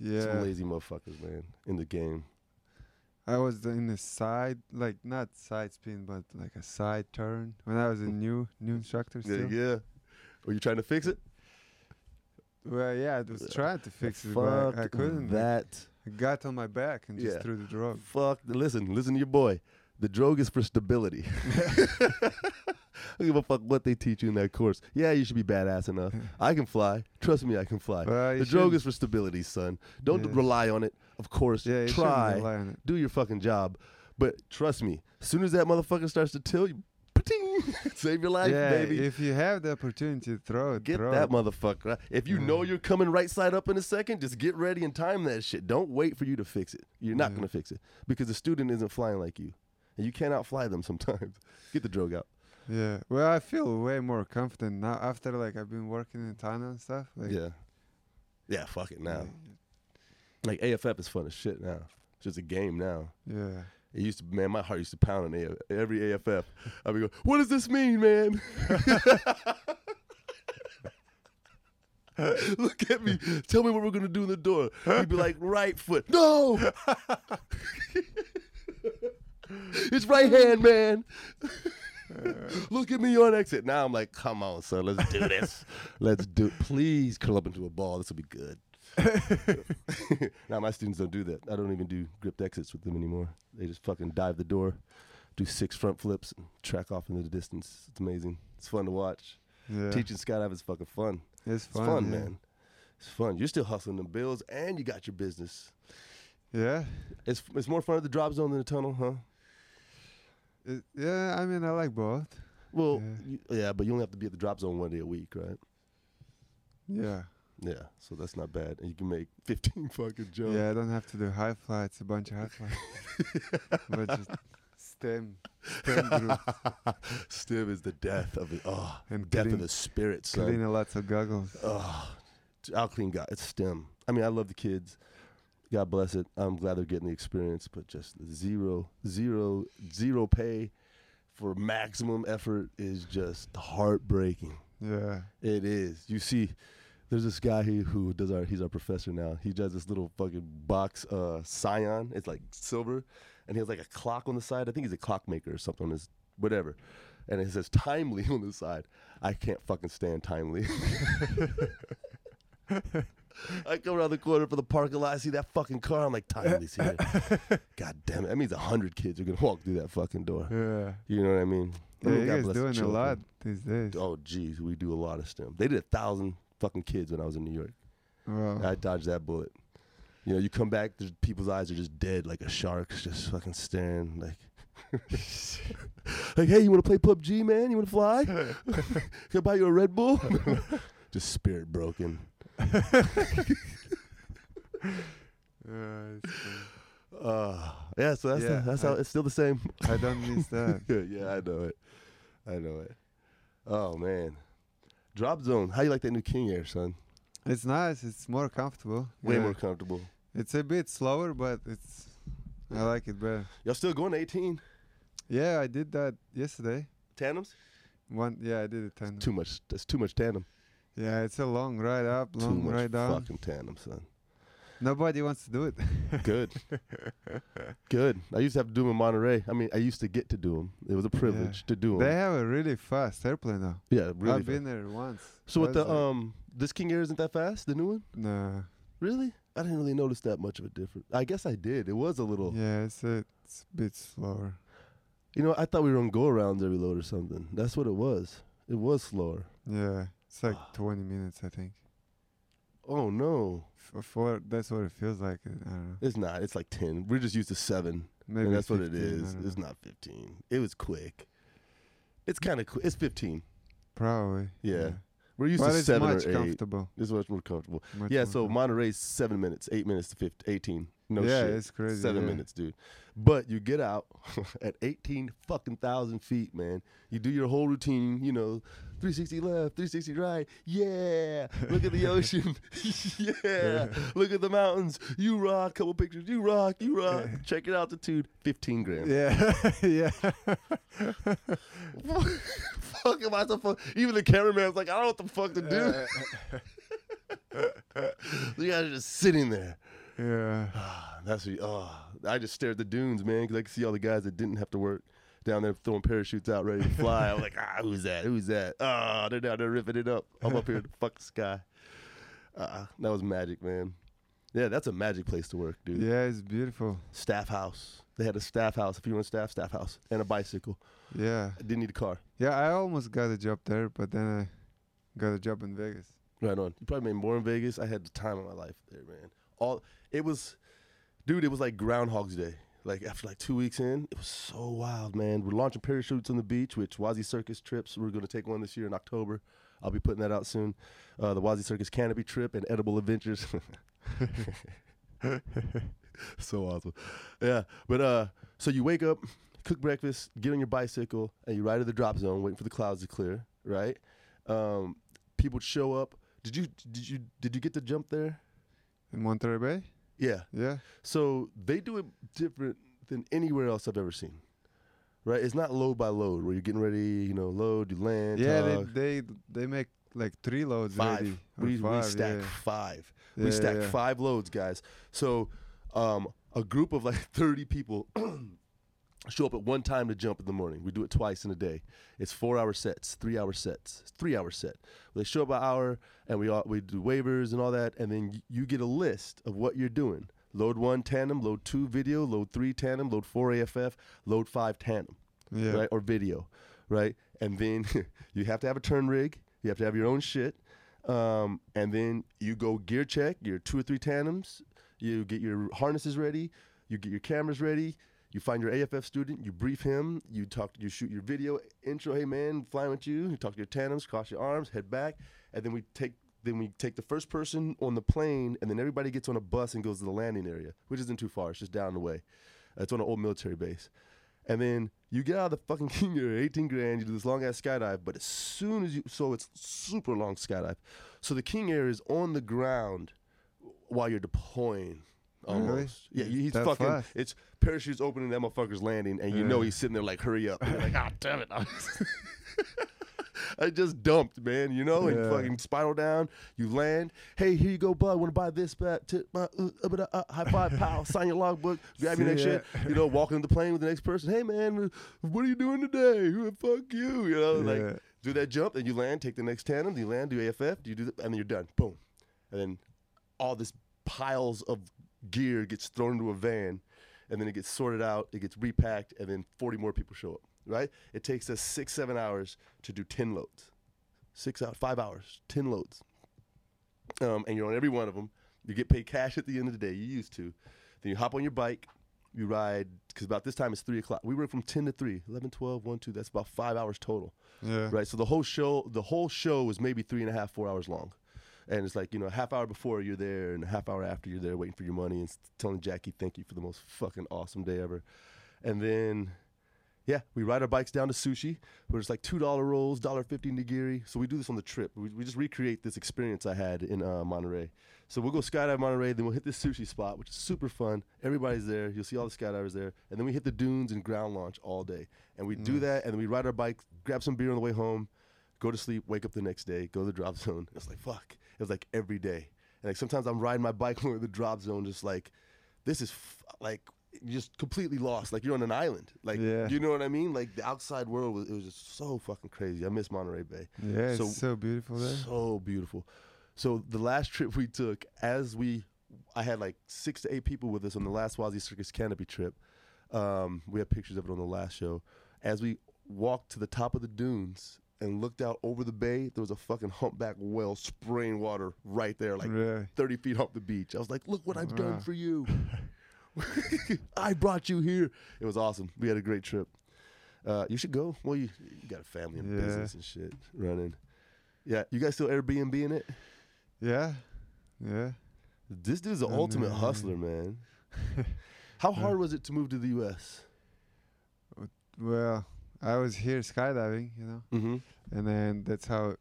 [SPEAKER 1] Some
[SPEAKER 2] Yeah,
[SPEAKER 1] lazy motherfuckers, man, in the game.
[SPEAKER 2] I was in the side, like not side spin, but like a side turn when I was
[SPEAKER 1] Mm.
[SPEAKER 2] a new new instructor.
[SPEAKER 1] Yeah,
[SPEAKER 2] Still. Yeah,
[SPEAKER 1] yeah. Were you trying to fix it?
[SPEAKER 2] Well, yeah, I was trying to fix it, but
[SPEAKER 1] Fuck
[SPEAKER 2] I- I couldn't.
[SPEAKER 1] that.
[SPEAKER 2] I got on my back and just
[SPEAKER 1] Yeah.
[SPEAKER 2] threw the drop.
[SPEAKER 1] Fuck. Listen, listen to your boy. The drug is for stability. I don't give a fuck what they teach you in that course. Yeah, you should be badass enough. I can fly. Trust me, I can fly.
[SPEAKER 2] Well, you
[SPEAKER 1] the drug
[SPEAKER 2] shouldn't-
[SPEAKER 1] is for stability, son. Don't
[SPEAKER 2] Yeah.
[SPEAKER 1] rely on it. Of course,
[SPEAKER 2] Yeah, you shouldn't
[SPEAKER 1] try.
[SPEAKER 2] rely on it.
[SPEAKER 1] Do your fucking job. But trust me, as soon as that motherfucker starts to till you, pa-ting, save your life,
[SPEAKER 2] yeah,
[SPEAKER 1] baby.
[SPEAKER 2] if you have the opportunity to throw it,
[SPEAKER 1] Get
[SPEAKER 2] throw Mm.
[SPEAKER 1] that
[SPEAKER 2] it.
[SPEAKER 1] motherfucker. If you know you're coming right side up in a second, just get ready and time that shit. Don't wait for you to fix it. You're not
[SPEAKER 2] Yeah.
[SPEAKER 1] going to fix it because the student isn't flying like you. And you can't outfly them sometimes. Get the drug out.
[SPEAKER 2] Yeah, well, I feel way more confident now after like I've been working in Thailand and stuff. Like,
[SPEAKER 1] yeah. Yeah, fuck it now.
[SPEAKER 2] like,
[SPEAKER 1] Like AFF is fun as shit now. It's just a game now.
[SPEAKER 2] yeah.
[SPEAKER 1] It used to, man, my heart used to pound on AF, every AFF. I'd be going, what does this mean, man? Look at me. Tell me what we're going to do in the door. He'd be like, right foot. No! it's right hand, man.
[SPEAKER 2] Uh.
[SPEAKER 1] Look at me on exit. Now I'm like, come on, son, let's do this. let's do Please curl up into a ball. This will be good. now my students don't do that. I don't even do gripped exits with them anymore. They just fucking dive the door, do six front flips, and track off into the distance. It's amazing. It's fun to watch.
[SPEAKER 2] Yeah.
[SPEAKER 1] Teaching skydiving is fucking fun.
[SPEAKER 2] It's
[SPEAKER 1] It's
[SPEAKER 2] fun,
[SPEAKER 1] fun,
[SPEAKER 2] yeah.
[SPEAKER 1] man. It's fun. You're still hustling the bills, and you got your business.
[SPEAKER 2] Yeah.
[SPEAKER 1] It's it's more fun at the drop zone than the tunnel, huh?
[SPEAKER 2] It, yeah, I mean, I like both.
[SPEAKER 1] Well,
[SPEAKER 2] Yeah.
[SPEAKER 1] you- yeah, but you only have to be at the drop zone one day a week, right?
[SPEAKER 2] Yeah.
[SPEAKER 1] Yeah, so that's not bad, and you can make 15 fucking jumps.
[SPEAKER 2] Yeah, I don't have to do high flights, a bunch of high flights. but just stem, stem group
[SPEAKER 1] Stim is the death of the oh,
[SPEAKER 2] and
[SPEAKER 1] death of
[SPEAKER 2] clean,
[SPEAKER 1] the spirit, son.
[SPEAKER 2] clean a lots of goggles.
[SPEAKER 1] Oh, I'll clean God. It's STEM. I mean, I love the kids. God bless it. I'm glad they're getting the experience, but just zero, zero, zero pay for maximum effort is just heartbreaking.
[SPEAKER 2] Yeah.
[SPEAKER 1] It is. You see, there's this guy who, who does our. He's our professor now. He does this little fucking box uh, Scion. It's like silver, and he has like a clock on the side. I think he's a clockmaker or something. On his whatever, and it says timely on the side. I can't fucking stand timely. I come around the corner for the parking lot. I see that fucking car. I'm like, timely's here. God damn it. That means hundred kids are gonna walk through that fucking door.
[SPEAKER 2] Yeah.
[SPEAKER 1] You know what I mean? I
[SPEAKER 2] Yeah,
[SPEAKER 1] mean,
[SPEAKER 2] you
[SPEAKER 1] God
[SPEAKER 2] guys
[SPEAKER 1] bless the
[SPEAKER 2] doing a
[SPEAKER 1] children.
[SPEAKER 2] lot these days.
[SPEAKER 1] Oh, geez, we do a lot of STEM. They did a thousand fucking kids when I was in New York.
[SPEAKER 2] Wow.
[SPEAKER 1] I dodged that bullet. You know, you come back, there's, people's eyes are just dead, like a shark's just fucking staring, like, like, hey, you want to play PUBG, man? You want to fly? Can I buy you a Red Bull? just spirit broken.
[SPEAKER 2] Yeah, it's fun.
[SPEAKER 1] Uh, yeah, so that's
[SPEAKER 2] Ah. Yeah,
[SPEAKER 1] the, that's
[SPEAKER 2] I-
[SPEAKER 1] how it's still the same.
[SPEAKER 2] I don't miss that.
[SPEAKER 1] yeah, yeah, I know it. I know it. Oh man, drop zone. How you like that new King Air, son?
[SPEAKER 2] It's nice. It's more comfortable.
[SPEAKER 1] Way
[SPEAKER 2] yeah.
[SPEAKER 1] more comfortable.
[SPEAKER 2] It's a bit slower, but it's. I
[SPEAKER 1] Yeah.
[SPEAKER 2] like it better.
[SPEAKER 1] Y'all still going to 18
[SPEAKER 2] Yeah, I did that yesterday.
[SPEAKER 1] tandems?
[SPEAKER 2] One. Yeah, I did it ten.
[SPEAKER 1] Too much. That's too much tandem.
[SPEAKER 2] Yeah, it's a long ride up, long
[SPEAKER 1] too much
[SPEAKER 2] ride down.
[SPEAKER 1] fucking tandem, son.
[SPEAKER 2] Nobody wants to do it.
[SPEAKER 1] Good. Good. I used to have to do them in Monterey. I mean, I used to get to do them. It was a privilege to do
[SPEAKER 2] They
[SPEAKER 1] them.
[SPEAKER 2] have a really fast airplane though.
[SPEAKER 1] Yeah, really.
[SPEAKER 2] I've
[SPEAKER 1] fast.
[SPEAKER 2] been there once.
[SPEAKER 1] so with
[SPEAKER 2] That's
[SPEAKER 1] the
[SPEAKER 2] it.
[SPEAKER 1] um, this King Air isn't that fast. The uh, new one,
[SPEAKER 2] No.
[SPEAKER 1] really? I didn't really notice that much of a difference. I guess I did. It was a little.
[SPEAKER 2] Yeah, it's a, it's a bit slower.
[SPEAKER 1] You know, I thought we were on go arounds every load or something. That's what it was. It was slower.
[SPEAKER 2] Yeah, it's like 20 minutes, I think.
[SPEAKER 1] Oh no,
[SPEAKER 2] For, for that's what it feels like. I don't know.
[SPEAKER 1] it's not. It's like ten. We're just used to seven,
[SPEAKER 2] Maybe
[SPEAKER 1] and that's what it
[SPEAKER 2] 15, I
[SPEAKER 1] is.
[SPEAKER 2] don't
[SPEAKER 1] It's
[SPEAKER 2] know.
[SPEAKER 1] not fifteen. It was quick. It's kind of quick. It's fifteen.
[SPEAKER 2] Probably.
[SPEAKER 1] Yeah. We're used
[SPEAKER 2] But
[SPEAKER 1] to
[SPEAKER 2] it's
[SPEAKER 1] seven
[SPEAKER 2] much
[SPEAKER 1] or eight.
[SPEAKER 2] comfortable.
[SPEAKER 1] It's much more comfortable.
[SPEAKER 2] much
[SPEAKER 1] yeah,
[SPEAKER 2] more
[SPEAKER 1] so
[SPEAKER 2] comfortable.
[SPEAKER 1] Monterey's seven minutes, eight minutes to 15, 18. No
[SPEAKER 2] yeah,
[SPEAKER 1] shit.
[SPEAKER 2] it's crazy.
[SPEAKER 1] seven
[SPEAKER 2] yeah.
[SPEAKER 1] minutes, dude. But you get out at 18 fucking thousand feet, man. You do your whole routine, you know, 360 left, 360 right. Yeah. Look at the ocean. yeah. Look at the mountains. You rock. Couple pictures. You rock. You rock. Check your altitude. 15 grams.
[SPEAKER 2] Yeah, yeah.
[SPEAKER 1] fuck am I supposed? Even the cameraman's like, I don't know what the fuck to do. you guys are just sitting there.
[SPEAKER 2] yeah.
[SPEAKER 1] Ah, That's what you, oh, I just stared at the dunes, man, because I could see all the guys that didn't have to work down there throwing parachutes out ready to fly. I was like, ah, who's that? Who's that? Ah, they're down there ripping it up. I'm up here in the fucking sky. Uh, that was magic, man. Yeah, that's a magic place to work, dude.
[SPEAKER 2] Yeah, it's beautiful.
[SPEAKER 1] Staff house. They had a staff house. If you were on staff, staff house and a bicycle.
[SPEAKER 2] Yeah.
[SPEAKER 1] I didn't need a car.
[SPEAKER 2] Yeah, I almost got a job there, but then I got a job in Vegas.
[SPEAKER 1] Right on. You probably made more in Vegas. I had the time of my life there, man. All it was, dude. It was like Groundhog's Day. Like after like two weeks in, it was so wild, man. We're launching parachutes on the beach, which Wazi Circus trips. We're going to take one this year in October. I'll be putting that out soon. Uh, the Wazi Circus Canopy Trip and Edible Adventures. so awesome, yeah. But uh, so you wake up, cook breakfast, get on your bicycle, and you ride to the drop zone, waiting for the clouds to clear. Right? Um, people show up. Did you did you did you get to jump there?
[SPEAKER 2] In Monterey Bay?
[SPEAKER 1] Yeah.
[SPEAKER 2] Yeah.
[SPEAKER 1] So they do it different than anywhere else I've ever seen. Right? It's not load by load where you're getting ready, you know, load, you land,
[SPEAKER 2] yeah,
[SPEAKER 1] tug,
[SPEAKER 2] they, they they make like three loads
[SPEAKER 1] five.
[SPEAKER 2] ready. or
[SPEAKER 1] We, we
[SPEAKER 2] five,
[SPEAKER 1] stack
[SPEAKER 2] yeah.
[SPEAKER 1] five.
[SPEAKER 2] Yeah,
[SPEAKER 1] we stack
[SPEAKER 2] yeah.
[SPEAKER 1] five loads, guys. So um, a group of like 30 people show up at one time to jump in the morning. We do it twice in a day. It's four hour sets, three hour sets, three hour set. They show up an hour, and we all, we do waivers and all that, and then y- you get a list of what you're doing. Load one tandem, load two video, load three tandem, load four AFF, load five tandem,
[SPEAKER 2] Yeah.
[SPEAKER 1] right, or video, right? And then you have to have a turn rig. You have to have your own shit, um, and then you go gear check your two or three tandems. You get your harnesses ready. You get your cameras ready. You find your AFF student, you brief him, you talk, you shoot your video intro. Hey man, flying with you. You talk to your tandems, cross your arms, head back, and then we take then we take the first person on the plane, and then everybody gets on a bus and goes to the landing area, which isn't too far. It's just down the way. Uh, It's on an old military base, and then you get out of the fucking king. You're 18 grand. You do this long ass skydive, but as soon as you so it's super long skydive. So the king air is on the ground while you're deploying.
[SPEAKER 2] Really?
[SPEAKER 1] Almost, yeah. He's
[SPEAKER 2] That
[SPEAKER 1] fucking.
[SPEAKER 2] fast?
[SPEAKER 1] It's parachutes opening, that motherfucker's landing, and you know he's sitting there like, "Hurry up!" And you're like, "Ah, damn it!" I just dumped, man. You know, and
[SPEAKER 2] Yeah.
[SPEAKER 1] fucking spiral down. You land. Hey, here you go, bud. Want to buy this? Bat, tip, uh, uh, uh, but, uh, uh, high five, pal. Sign your logbook. Grab your
[SPEAKER 2] See
[SPEAKER 1] next
[SPEAKER 2] ya.
[SPEAKER 1] shit. You know, walking to the plane with the next person. Hey, man, what are you doing today? Who- Fuck you. You know,
[SPEAKER 2] Yeah.
[SPEAKER 1] like do that jump, and you land. Take the next tandem. You land. Do AFF. You do, the, and then you're done. Boom, and then all this piles of gear gets thrown into a van and then it gets sorted out it gets repacked and then 40 more people show up right it takes us six seven hours to do 10 loads six out five hours 10 loads um, and you're on every one of them you get paid cash at the end of the day you used to then you hop on your bike you ride because about this time it's 3 o'clock we work from 10 to 3 11 12 1 2 that's about five hours total
[SPEAKER 2] Yeah.
[SPEAKER 1] right so the whole show the whole show was maybe three and a half four hours long and it's like you know a half hour before you're there and a half hour after you're there waiting for your money and s- telling jackie thank you for the most fucking awesome day ever and then yeah we ride our bikes down to sushi where it's like two dollar rolls dollar fifty nigiri so we do this on the trip we, we just recreate this experience i had in uh, monterey so we'll go skydive monterey then we'll hit this sushi spot which is super fun everybody's there you'll see all the skydivers there and then we hit the dunes and ground launch all day and we do that and then we ride our bikes grab some beer on the way home go to sleep, wake up the next day, go to the drop zone. It's like fuck. It was like every day. And like sometimes I'm riding my bike over the drop zone, just like this is f- like you're just completely lost. Like you're on an island. Like
[SPEAKER 2] Yeah.
[SPEAKER 1] you know what I mean? Like the outside world was it was just so fucking crazy. I miss Monterey Bay.
[SPEAKER 2] Yeah. It's
[SPEAKER 1] So-
[SPEAKER 2] so, beautiful there.
[SPEAKER 1] So beautiful. So the last trip we took, as we, I had like six to eight people with us on the last Wazi Circus Canopy trip. Um, we have pictures of it on the last show. As we walked to the top of the dunes and looked out over the bay, there was a fucking humpback whale spraying water right there, like
[SPEAKER 2] really.
[SPEAKER 1] 30 feet off the beach. I was like, look what I've done
[SPEAKER 2] Wow.
[SPEAKER 1] for you. I brought you here. It was awesome. We had a great trip. Uh, you should go. Well, you, you got a family and
[SPEAKER 2] Yeah.
[SPEAKER 1] business and shit running. Yeah, you guys still Airbnb in it?
[SPEAKER 2] Yeah. Yeah.
[SPEAKER 1] This dude's the
[SPEAKER 2] I
[SPEAKER 1] ultimate
[SPEAKER 2] mean-
[SPEAKER 1] hustler, man. How hard was it to move to the U.S.?
[SPEAKER 2] Well, I was here skydiving, you know,
[SPEAKER 1] Mm-hmm.
[SPEAKER 2] and then that's how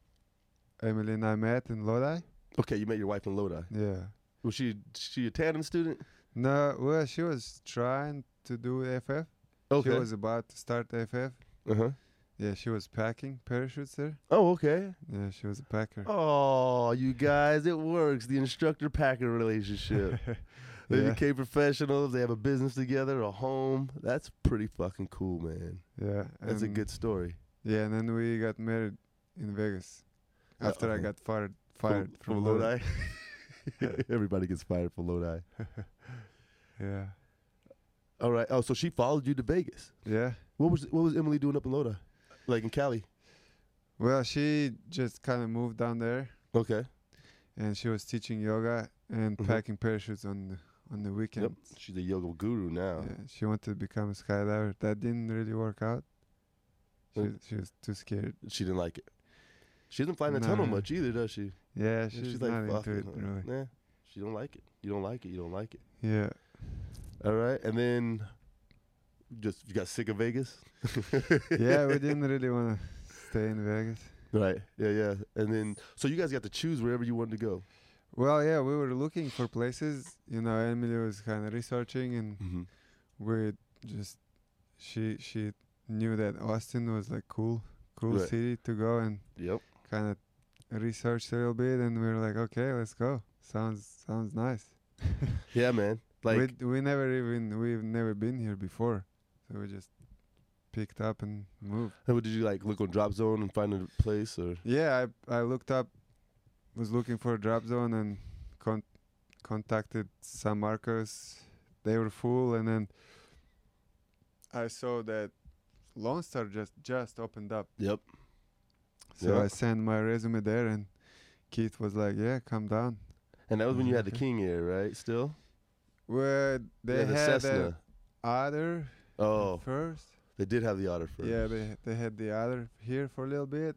[SPEAKER 2] Emily and I met in Lodi.
[SPEAKER 1] Okay, you met your wife in Lodi.
[SPEAKER 2] Yeah.
[SPEAKER 1] Was she she a tandem student?
[SPEAKER 2] No, well, she was trying to do FF.
[SPEAKER 1] Okay.
[SPEAKER 2] She was about to start FF.
[SPEAKER 1] uh-huh.
[SPEAKER 2] Yeah, she was packing parachutes there.
[SPEAKER 1] Oh, okay.
[SPEAKER 2] Yeah, she was a packer.
[SPEAKER 1] Oh, you guys, it works. The instructor packer relationship. They
[SPEAKER 2] Yeah.
[SPEAKER 1] became professionals. They have a business together, a home. That's pretty fucking cool, man.
[SPEAKER 2] Yeah.
[SPEAKER 1] That's a
[SPEAKER 2] and-
[SPEAKER 1] good story.
[SPEAKER 2] Yeah, and then we got married in Vegas
[SPEAKER 1] Yeah,
[SPEAKER 2] after
[SPEAKER 1] Uh,
[SPEAKER 2] I
[SPEAKER 1] okay.
[SPEAKER 2] got fired
[SPEAKER 1] From-
[SPEAKER 2] fired
[SPEAKER 1] from, Lodi. Everybody gets fired from Lodi.
[SPEAKER 2] Yeah.
[SPEAKER 1] All right. Oh, so she followed you to Vegas.
[SPEAKER 2] Yeah.
[SPEAKER 1] What was what was Emily doing up in Lodi? Like in Cali?
[SPEAKER 2] Well, she just kind of moved down there
[SPEAKER 1] Okay.
[SPEAKER 2] and she was teaching yoga and
[SPEAKER 1] Mhm.
[SPEAKER 2] packing parachutes on the, on the
[SPEAKER 1] Yep. Uh.
[SPEAKER 2] weekends.
[SPEAKER 1] She's a yoga guru now.
[SPEAKER 2] Yeah, she wanted to become a skydiver. That didn't really work out. She,
[SPEAKER 1] Mm.
[SPEAKER 2] she was too scared.
[SPEAKER 1] She didn't like it. She doesn't fly in the tunnel
[SPEAKER 2] Nah.
[SPEAKER 1] much either, does she?
[SPEAKER 2] Yeah,
[SPEAKER 1] Yeah,
[SPEAKER 2] she's, not
[SPEAKER 1] fuck
[SPEAKER 2] into it
[SPEAKER 1] huh?
[SPEAKER 2] really.
[SPEAKER 1] Nah. She don't like it. You don't like it. You don't like it.
[SPEAKER 2] Yeah.
[SPEAKER 1] All right. And then just you got sick of Vegas?
[SPEAKER 2] Yeah, we didn't really want to stay in Vegas.
[SPEAKER 1] Right. Yeah, yeah. And then so you guys got to choose wherever you wanted to go.
[SPEAKER 2] Well, yeah, we were looking for places. You know, Emily was kind of researching and
[SPEAKER 1] Mm-hmm.
[SPEAKER 2] we just she she knew that Austin was like cool cool
[SPEAKER 1] Right.
[SPEAKER 2] city to go and
[SPEAKER 1] Yep.
[SPEAKER 2] kind of researched a little bit and we were like okay let's go sounds sounds nice
[SPEAKER 1] Yeah, man. Like
[SPEAKER 2] we we never even we've never been here before so So we just picked up and moved.
[SPEAKER 1] And what did you like look on Drop Zone and find a place or?
[SPEAKER 2] Yeah, I I looked up, was looking for a drop zone and con- contacted San Marcos. They were full, and then I saw that Lone Star just just opened up.
[SPEAKER 1] Yep.
[SPEAKER 2] So
[SPEAKER 1] Yeah.
[SPEAKER 2] I sent my resume there, and Keith was like, "Yeah, come down."
[SPEAKER 1] And that was when you had the King Air, right? Still.
[SPEAKER 2] Well, Mm-hmm. they
[SPEAKER 1] the
[SPEAKER 2] had the
[SPEAKER 1] Cessna.
[SPEAKER 2] other
[SPEAKER 1] oh,
[SPEAKER 2] first.
[SPEAKER 1] they did have the Otter first.
[SPEAKER 2] Yeah, they they had the other here for a little bit,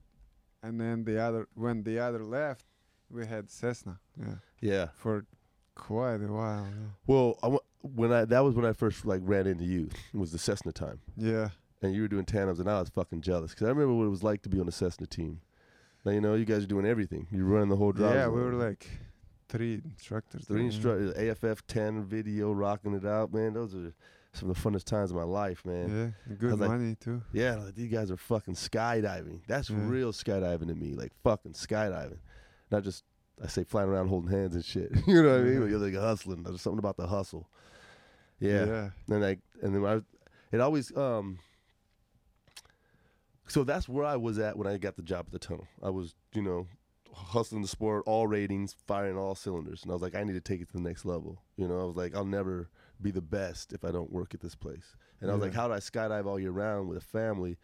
[SPEAKER 2] and then the other when the other left, we had Cessna. Yeah,
[SPEAKER 1] Yeah.
[SPEAKER 2] for quite a while. yeah.
[SPEAKER 1] Well, I, wa- when I that was when I first like ran into you was the Cessna time,
[SPEAKER 2] Yeah,
[SPEAKER 1] and you were doing tandems, and I was fucking jealous because I remember what it was like to be on a Cessna team. Now you know you guys are doing everything. You're running the whole
[SPEAKER 2] yeah,
[SPEAKER 1] drive.
[SPEAKER 2] we were like mm-hmm. three instructors.
[SPEAKER 1] three
[SPEAKER 2] there, yeah.
[SPEAKER 1] instructors, AFF ten video, rocking it out, man. Those are some of the funnest times of my life, man.
[SPEAKER 2] Yeah, and good
[SPEAKER 1] was like-
[SPEAKER 2] money too.
[SPEAKER 1] Yeah, like these guys are fucking skydiving. That's
[SPEAKER 2] Yeah.
[SPEAKER 1] real skydiving to me, like fucking skydiving. Not just I say flying around holding hands and shit. You know what I mean?
[SPEAKER 2] Yeah.
[SPEAKER 1] But you're like hustling. There's something about the hustle. Yeah. And like and then I was- it always um so that's where I was at when I got the job at the tunnel. I was, you know, hustling the sport, all ratings, firing all cylinders. And I was like, I need to take it to the next level. You know, I was like, I'll never be the best if I don't work at this place. And I was like,
[SPEAKER 2] Yeah.
[SPEAKER 1] how do I skydive all year round with a family?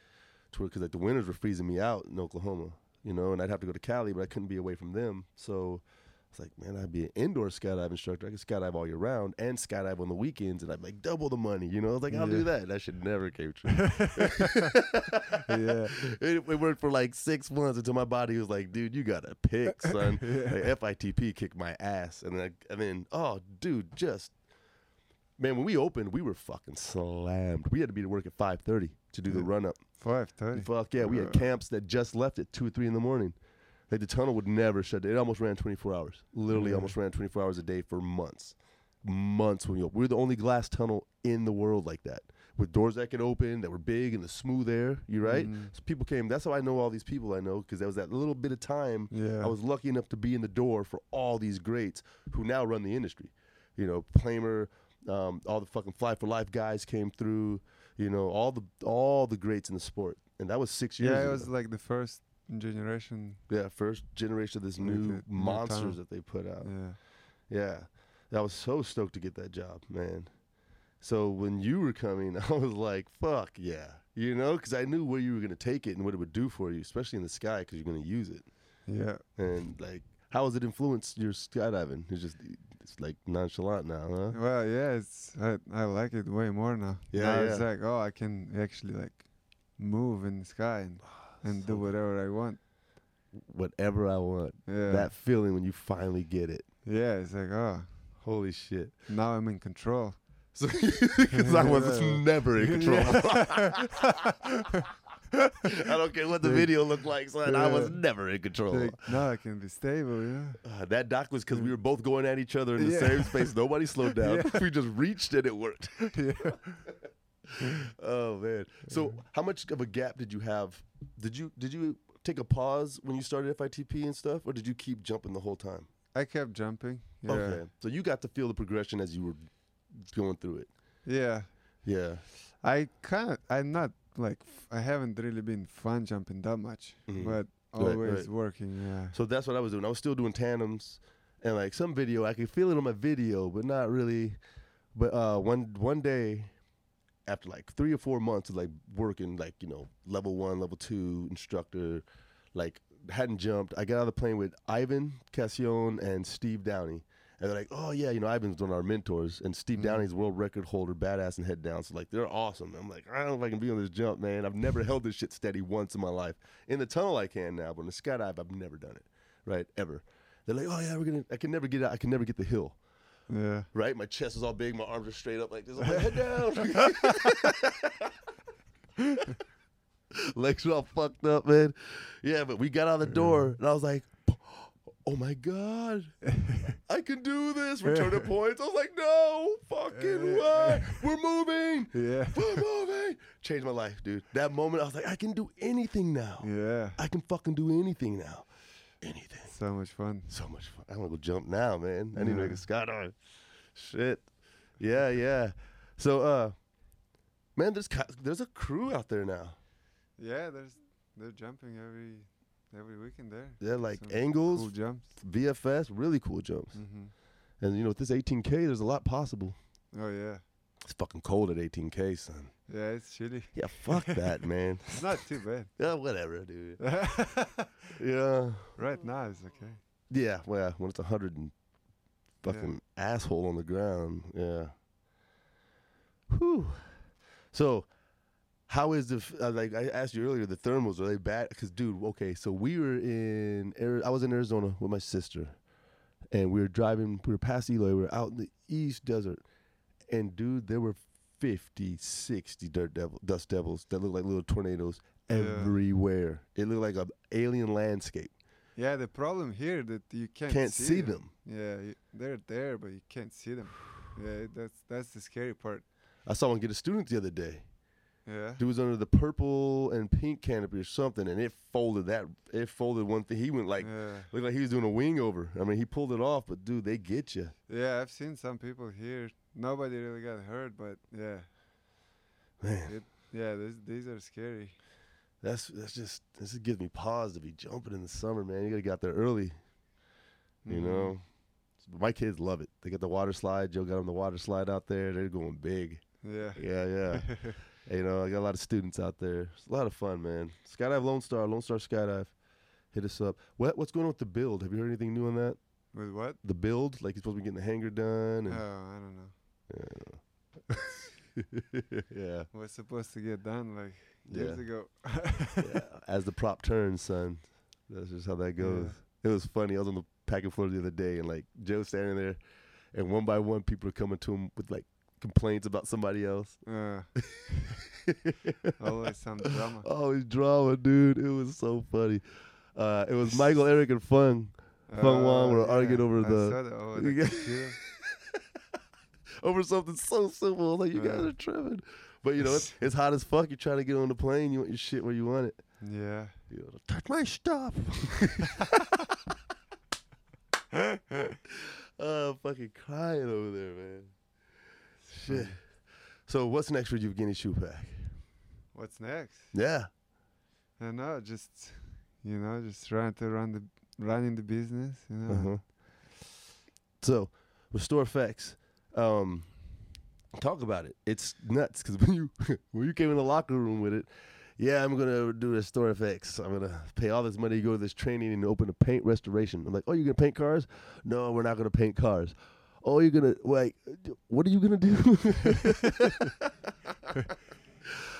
[SPEAKER 1] To Because like the winters were freezing me out in Oklahoma, you know, and I'd have to go to Cali, but I couldn't be away from them. So I was like, man, I'd be an indoor skydive instructor. I could skydive all year round and skydive on the weekends, and I'd make double the money. You know, I was like, I'll do
[SPEAKER 2] Yeah.
[SPEAKER 1] that. That should never came true.
[SPEAKER 2] Yeah.
[SPEAKER 1] It, it worked for like six months until my body was like, dude, you got to pick, son. Like, FITP kicked my ass. And then, I, and then, oh, dude, just, man, when we opened, we were fucking slammed. We had to be to work at 5.30 to do the
[SPEAKER 2] Yeah.
[SPEAKER 1] run-up.
[SPEAKER 2] five thirty.
[SPEAKER 1] Fuck yeah, we had
[SPEAKER 2] Yeah.
[SPEAKER 1] camps that just left at 2 or 3 in the morning. Like, the tunnel would never shut down. It almost ran 24 hours. Literally
[SPEAKER 2] Yeah.
[SPEAKER 1] almost ran 24 hours a day for months. Months when we opened. We were the only glass tunnel in the world like that. With doors that could open, that were big and the smooth air, you right?
[SPEAKER 2] Mm.
[SPEAKER 1] So people came. That's how I know all these people I know because there was that little bit of time
[SPEAKER 2] Yeah.
[SPEAKER 1] I was lucky enough to be in the door for all these greats who now run the industry. You know, Plamer, um, all the fucking Fly for Life guys came through. You know, all the all the greats in the sport, and that was six years.
[SPEAKER 2] yeah, it
[SPEAKER 1] ago.
[SPEAKER 2] was like the first generation.
[SPEAKER 1] yeah, first generation of this
[SPEAKER 2] New
[SPEAKER 1] new
[SPEAKER 2] kid, new
[SPEAKER 1] monsters
[SPEAKER 2] talent.
[SPEAKER 1] that they put out.
[SPEAKER 2] Yeah.
[SPEAKER 1] Yeah. I was so stoked to get that job, man. So when you were coming, I was like, fuck yeah. You know, because I knew where you were going to take it and what it would do for you, especially in the sky, because you're going to use it.
[SPEAKER 2] Yeah.
[SPEAKER 1] And like, how has it influenced your skydiving? It's just, it's like nonchalant now, huh?
[SPEAKER 2] Well, yeah, it's I, I like it way more now.
[SPEAKER 1] Yeah,
[SPEAKER 2] now it's
[SPEAKER 1] yeah.
[SPEAKER 2] like oh, I can actually like move in the sky and, and do whatever I want.
[SPEAKER 1] Whatever I want.
[SPEAKER 2] Yeah,
[SPEAKER 1] That feeling when you finally get it.
[SPEAKER 2] yeah, it's like oh,
[SPEAKER 1] Holy shit.
[SPEAKER 2] now I'm in control.
[SPEAKER 1] So, because I was
[SPEAKER 2] Yeah.
[SPEAKER 1] never in control.
[SPEAKER 2] Yeah.
[SPEAKER 1] I don't care what the
[SPEAKER 2] Like-
[SPEAKER 1] video looked like, son. I was
[SPEAKER 2] Yeah.
[SPEAKER 1] never in control.
[SPEAKER 2] like, now I can be stable. Yeah,
[SPEAKER 1] Uh, that doc was because we were both going at each other in the
[SPEAKER 2] Yeah.
[SPEAKER 1] same space. Nobody slowed down.
[SPEAKER 2] Yeah.
[SPEAKER 1] We just reached and it worked.
[SPEAKER 2] yeah.
[SPEAKER 1] Oh man! So how much of a gap did you have? Did you did you take a pause when you started FITP and stuff, or did you keep jumping the whole time?
[SPEAKER 2] I kept jumping. Yeah,
[SPEAKER 1] Okay. So you got to feel the progression as you were going through it.
[SPEAKER 2] yeah.
[SPEAKER 1] Yeah.
[SPEAKER 2] I kind of I'm not like f- I haven't really been fun jumping that much,
[SPEAKER 1] Mhm.
[SPEAKER 2] but
[SPEAKER 1] Right,
[SPEAKER 2] always
[SPEAKER 1] right.
[SPEAKER 2] working. Yeah.
[SPEAKER 1] So that's what I was doing. I was still doing tandems and like some video. I could feel it on my video, but not really. But uh, one one day, after like three or four months of like working, like you know, level one, level two instructor, like hadn't jumped. I got out of the plane with Ivan Cassion and Steve Downey. And they're like, oh yeah, you know, Ivan's one of our mentors, and Steve Downey's world record holder, badass and head down. So like, they're awesome. I'm like, I don't know if I can be on this jump, man. I've never held this shit steady once in my life. In the tunnel, I can now, but in the skydive, I've never done it, right? Ever. They're like, oh yeah, we're gonna. I can never get out. I can never get the hill,
[SPEAKER 2] Yeah.
[SPEAKER 1] right? My chest is all big, my arms are straight up like this. I'm like, head down. Legs are all fucked up, man. Yeah, but we got out the door, and I was like, oh my god, I can do this. Return to points. I was like, no fucking way. We're moving.
[SPEAKER 2] Yeah.
[SPEAKER 1] We're moving. Changed my life, dude. That moment, I was like, I can do anything now.
[SPEAKER 2] Yeah.
[SPEAKER 1] I can fucking do anything now. Anything.
[SPEAKER 2] So much fun.
[SPEAKER 1] So much fun. I want to go jump now, man. I need to
[SPEAKER 2] Yeah.
[SPEAKER 1] make a skydive. Shit. Yeah, yeah. So, uh, Man, there's ca- there's a crew out there now.
[SPEAKER 2] Yeah, there's they're jumping every every weekend there.
[SPEAKER 1] They're like
[SPEAKER 2] Some
[SPEAKER 1] angles,
[SPEAKER 2] cool jumps.
[SPEAKER 1] VFS, really cool jumps.
[SPEAKER 2] hmm
[SPEAKER 1] And you know, with this 18k, there's a lot possible.
[SPEAKER 2] Oh yeah,
[SPEAKER 1] It's fucking cold at 18k, son.
[SPEAKER 2] yeah, it's chilly.
[SPEAKER 1] Yeah, fuck that, man.
[SPEAKER 2] It's not too bad.
[SPEAKER 1] Yeah, whatever, dude.
[SPEAKER 2] right
[SPEAKER 1] Yeah,
[SPEAKER 2] now it's okay.
[SPEAKER 1] yeah. Well, when it's 100 and fucking asshole on the ground, yeah. Whew. So, how is the f- uh, like I asked you earlier? The thermals are they bad? Because dude, okay, so we were in Ari- I was in Arizona with my sister, and we were driving. We were past Eloy. We were out in the East Desert, and dude, there were 50, 60 dirt devil, dust devils that looked like little tornadoes
[SPEAKER 2] Yeah.
[SPEAKER 1] everywhere. It looked like an alien landscape.
[SPEAKER 2] Yeah, the problem here that you can't
[SPEAKER 1] Can't see
[SPEAKER 2] them.
[SPEAKER 1] them.
[SPEAKER 2] Yeah, you, they're there, but you can't see them. Yeah, that's that's the scary part.
[SPEAKER 1] I saw one get a student the other day.
[SPEAKER 2] Yeah.
[SPEAKER 1] Dude was under the purple and pink canopy or something, and it folded that. It folded one thing. He went like
[SPEAKER 2] yeah.
[SPEAKER 1] looked like he was doing a wing over. I mean, he pulled it off, but dude, they get you.
[SPEAKER 2] Yeah, I've seen some people here. Nobody really got hurt, but yeah,
[SPEAKER 1] Man,
[SPEAKER 2] it, yeah, these these are scary.
[SPEAKER 1] that's that's just this just gives me pause to be jumping in the summer, man. You gotta get out there early, you
[SPEAKER 2] Mhm.
[SPEAKER 1] know. My kids love it. They got the water slide. Joe got them the water slide out there. They're going big.
[SPEAKER 2] Mm-hmm. Yeah.
[SPEAKER 1] Yeah, yeah. you know, I got a lot of students out there. It's a lot of fun, man. Skydive Lone Star, Lone Star Skydive. Hit us up. What what's going on with the build? Have you heard anything new on that?
[SPEAKER 2] With what?
[SPEAKER 1] The build, like you're supposed to be getting the hangar done,
[SPEAKER 2] Oh,
[SPEAKER 1] and
[SPEAKER 2] I don't know.
[SPEAKER 1] yeah,
[SPEAKER 2] Was supposed to get done like
[SPEAKER 1] yeah,
[SPEAKER 2] years ago.
[SPEAKER 1] yeah. As the prop turns, son. That's just how that goes. It was funny. I was on the packing floor the other day, and like Joe's standing there, and one by one, people are coming to him with like complaints about somebody else.
[SPEAKER 2] Uh, always some drama.
[SPEAKER 1] Oh, he's drama, dude. It was so funny. Uh, it was Michael, Eric, and Fung. Feng Wang
[SPEAKER 2] Oh,
[SPEAKER 1] were arguing
[SPEAKER 2] yeah,
[SPEAKER 1] over
[SPEAKER 2] I
[SPEAKER 1] the-
[SPEAKER 2] saw that over
[SPEAKER 1] Yeah.
[SPEAKER 2] the computer.
[SPEAKER 1] over something so simple. Like you guys
[SPEAKER 2] Yeah.
[SPEAKER 1] are tripping, but you know it's, it's hot as fuck. You're trying to get on the plane. You want your shit where you want it.
[SPEAKER 2] Yeah.
[SPEAKER 1] You know, touch my stuff. uh, I'm fucking crying over there, man.
[SPEAKER 2] Um,
[SPEAKER 1] Shit. So what's next for you, Guinea Shoe Pack?
[SPEAKER 2] What's next?
[SPEAKER 1] Yeah.
[SPEAKER 2] I don't know. Just you know, just trying to run the running the business. You know.
[SPEAKER 1] Uh-huh. So, restore effects. Um, talk about it. It's nuts because when you when you came in the locker room with it, yeah, I'm gonna do restore effects. I'm gonna pay all this money to go to this training and open a paint restoration. I'm like, oh, you're gonna paint cars? No, we're not gonna paint cars. Oh, you're gonna like, what are you gonna do?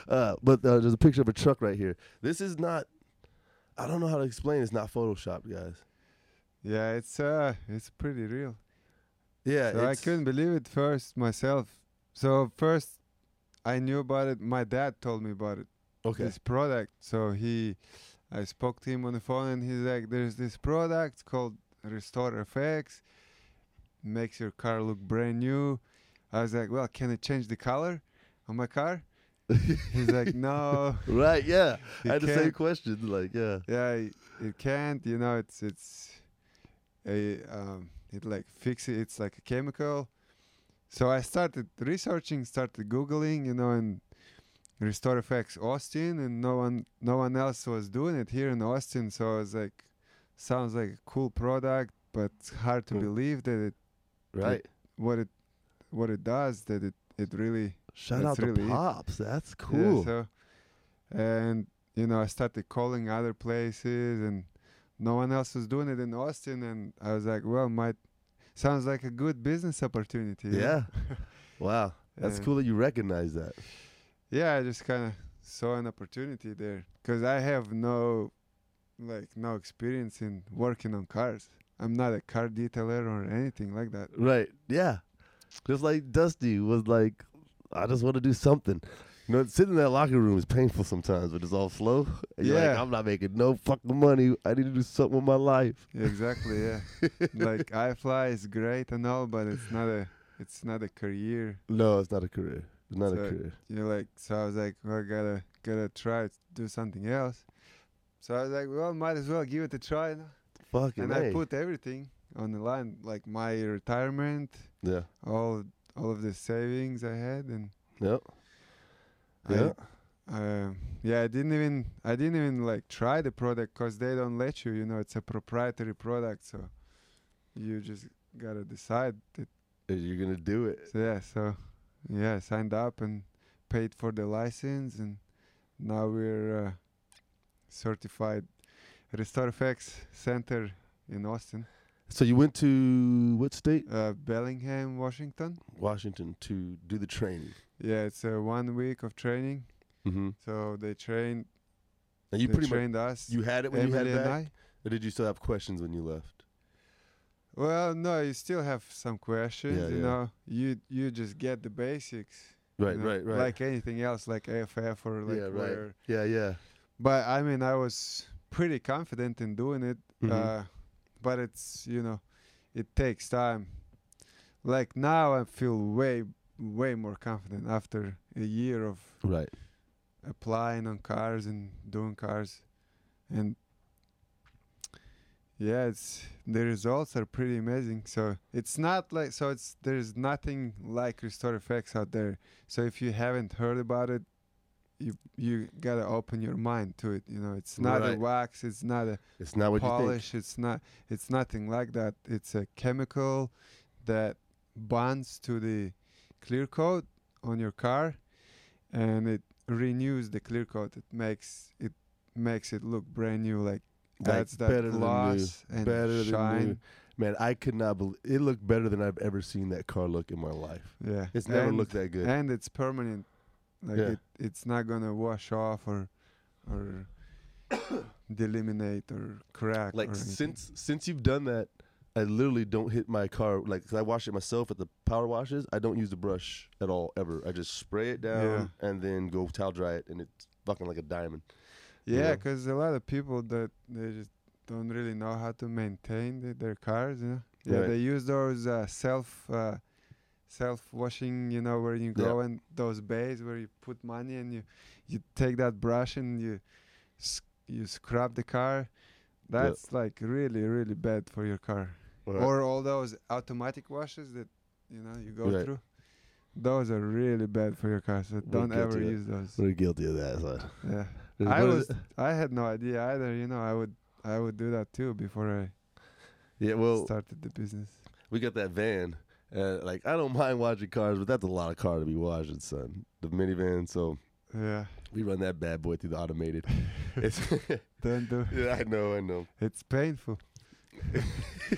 [SPEAKER 1] uh, but uh, there's a picture of a truck right here. This is not. I don't know how to explain. It's not Photoshop, guys.
[SPEAKER 2] Yeah, it's uh, it's pretty real.
[SPEAKER 1] Yeah,
[SPEAKER 2] So
[SPEAKER 1] Uh,
[SPEAKER 2] I
[SPEAKER 1] it's-
[SPEAKER 2] couldn't believe it first myself. So first, I knew about it. My dad told me about it.
[SPEAKER 1] Okay.
[SPEAKER 2] This product. So he, I spoke to him on the phone, and he's like, "There's this product called Restore FX. Makes your car look brand new." I was like, "Well, can it change the color on my car?" He's like, "No."
[SPEAKER 1] Right, yeah.
[SPEAKER 2] You
[SPEAKER 1] I had the same
[SPEAKER 2] can't-
[SPEAKER 1] question. Like, yeah.
[SPEAKER 2] yeah it, it can't you know it's it's a um it like fix it it's like a chemical so i started researching started googling you know and restore effects austin and no one no one else was doing it here in austin so i was like sounds like a cool product but it's hard to
[SPEAKER 1] Mm.
[SPEAKER 2] believe that it
[SPEAKER 1] Right.
[SPEAKER 2] what it what it does that it it really
[SPEAKER 1] Shout out
[SPEAKER 2] That's
[SPEAKER 1] to
[SPEAKER 2] really it.
[SPEAKER 1] Pops. That's
[SPEAKER 2] yeah,
[SPEAKER 1] cool.
[SPEAKER 2] so, and you know, I started calling other places, and no one else was doing it in Austin. And I was like, well, might sounds like a good business opportunity. you know?
[SPEAKER 1] yeah. wow. That's
[SPEAKER 2] Yeah.
[SPEAKER 1] cool that you recognize that.
[SPEAKER 2] Yeah, I just kind of saw an opportunity there because I have no, like, no experience in working on cars. I'm not a car detailer or anything like that.
[SPEAKER 1] Right. Yeah. Just like Dusty was like, I just want to do something. You know, sitting in that locker room is painful sometimes when it's all slow. And you're like,
[SPEAKER 2] Yeah.
[SPEAKER 1] I'm not making no fucking money. I need to do something with my life.
[SPEAKER 2] Exactly. Yeah. like, iFly is great and all, but it's not a, it's not a career.
[SPEAKER 1] No, it's not a career. It's not a
[SPEAKER 2] So-
[SPEAKER 1] career.
[SPEAKER 2] you know, like so I was like, well, I gotta gotta try to do something else. So I was like, well, might as well give it a try. you know?
[SPEAKER 1] Fucking
[SPEAKER 2] And
[SPEAKER 1] A.
[SPEAKER 2] I put everything on the line, like my retirement,
[SPEAKER 1] yeah.
[SPEAKER 2] all all of the savings I had, and
[SPEAKER 1] Yep. Yeah.
[SPEAKER 2] I, um yeah, I didn't even I didn't even like try the product because they don't let you. You know, it's a proprietary product, so you just gotta decide. It.
[SPEAKER 1] You're gonna do it.
[SPEAKER 2] So, yeah, so yeah, I signed up and paid for the license, and now we're uh, certified RestoreFX Center in Austin,
[SPEAKER 1] So you went to what state?
[SPEAKER 2] uh, Bellingham, Washington.
[SPEAKER 1] Washington to do the training.
[SPEAKER 2] Yeah, it's uh, one week of training.
[SPEAKER 1] Mm-hmm.
[SPEAKER 2] So they trained.
[SPEAKER 1] And you
[SPEAKER 2] they
[SPEAKER 1] pretty much
[SPEAKER 2] trained us.
[SPEAKER 1] you had it when
[SPEAKER 2] Emily
[SPEAKER 1] you had
[SPEAKER 2] and
[SPEAKER 1] back,
[SPEAKER 2] I.
[SPEAKER 1] or did you still have questions when you left?
[SPEAKER 2] Well, no, you still have some questions.
[SPEAKER 1] Yeah,
[SPEAKER 2] you
[SPEAKER 1] yeah.
[SPEAKER 2] know, you you just get the basics. you
[SPEAKER 1] Right,
[SPEAKER 2] know,
[SPEAKER 1] right, right.
[SPEAKER 2] Like anything else, like AFF or like
[SPEAKER 1] yeah, right.
[SPEAKER 2] where.
[SPEAKER 1] Yeah, yeah.
[SPEAKER 2] But I mean, I was pretty confident in doing it.
[SPEAKER 1] Mhm.
[SPEAKER 2] Uh, but it's you know, it takes time. Like now, I feel way way more confident after a year of
[SPEAKER 1] Right.
[SPEAKER 2] applying on cars and doing cars and yeah it's the results are pretty amazing so it's not like so it's there's nothing like restore effects out there so if you haven't heard about it you you gotta open your mind to it you know it's not
[SPEAKER 1] Right.
[SPEAKER 2] a wax it's not a
[SPEAKER 1] It's not what
[SPEAKER 2] polish it's not it's nothing like that it's a chemical that bonds to the clear coat on your car and it renews the clear coat it makes it makes it look brand new like
[SPEAKER 1] you think. Like,
[SPEAKER 2] that's that
[SPEAKER 1] better
[SPEAKER 2] gloss
[SPEAKER 1] than
[SPEAKER 2] and
[SPEAKER 1] new. Better
[SPEAKER 2] shine
[SPEAKER 1] than new. Man, I could not believe it looked better than I've ever seen that car look in my life.
[SPEAKER 2] yeah
[SPEAKER 1] It's never
[SPEAKER 2] and,
[SPEAKER 1] looked that good.
[SPEAKER 2] and it's permanent like
[SPEAKER 1] Yeah.
[SPEAKER 2] it, it's not gonna wash off or or deliminate or crack or
[SPEAKER 1] like
[SPEAKER 2] anything.
[SPEAKER 1] since since you've done that, I literally don't hit my car. Like 'cause I wash it myself at the power washes. I don't use the brush at all ever. I just spray it down and then go towel dry it, and it's fucking like a diamond. you
[SPEAKER 2] Yeah,
[SPEAKER 1] know?
[SPEAKER 2] 'cause a lot of people that they just don't really know how to maintain the, their cars. You know? Yeah,
[SPEAKER 1] Right.
[SPEAKER 2] they use those uh, self uh, self washing. You know where you
[SPEAKER 1] Yeah.
[SPEAKER 2] go and those bays where you put money and you you take that brush and you s- you scrub the car. That's like really really bad for your car. Or all those automatic washes that you know you go
[SPEAKER 1] Right.
[SPEAKER 2] through. Those are really bad for your car. So
[SPEAKER 1] We're
[SPEAKER 2] don't ever
[SPEAKER 1] guilty of-
[SPEAKER 2] use those.
[SPEAKER 1] we're guilty of that.
[SPEAKER 2] Yeah.
[SPEAKER 1] so-
[SPEAKER 2] I
[SPEAKER 1] What is
[SPEAKER 2] was
[SPEAKER 1] it?
[SPEAKER 2] I had no idea either. You know, I would I would do that too before
[SPEAKER 1] Yeah,
[SPEAKER 2] I
[SPEAKER 1] well,
[SPEAKER 2] started the business.
[SPEAKER 1] we got that van. Uh, like I don't mind watching cars, but that's a lot of car to be washing, son. The minivan, so
[SPEAKER 2] Yeah,
[SPEAKER 1] we run that bad boy through the automated. It's,
[SPEAKER 2] don't do.
[SPEAKER 1] yeah, I know, I know.
[SPEAKER 2] It's painful.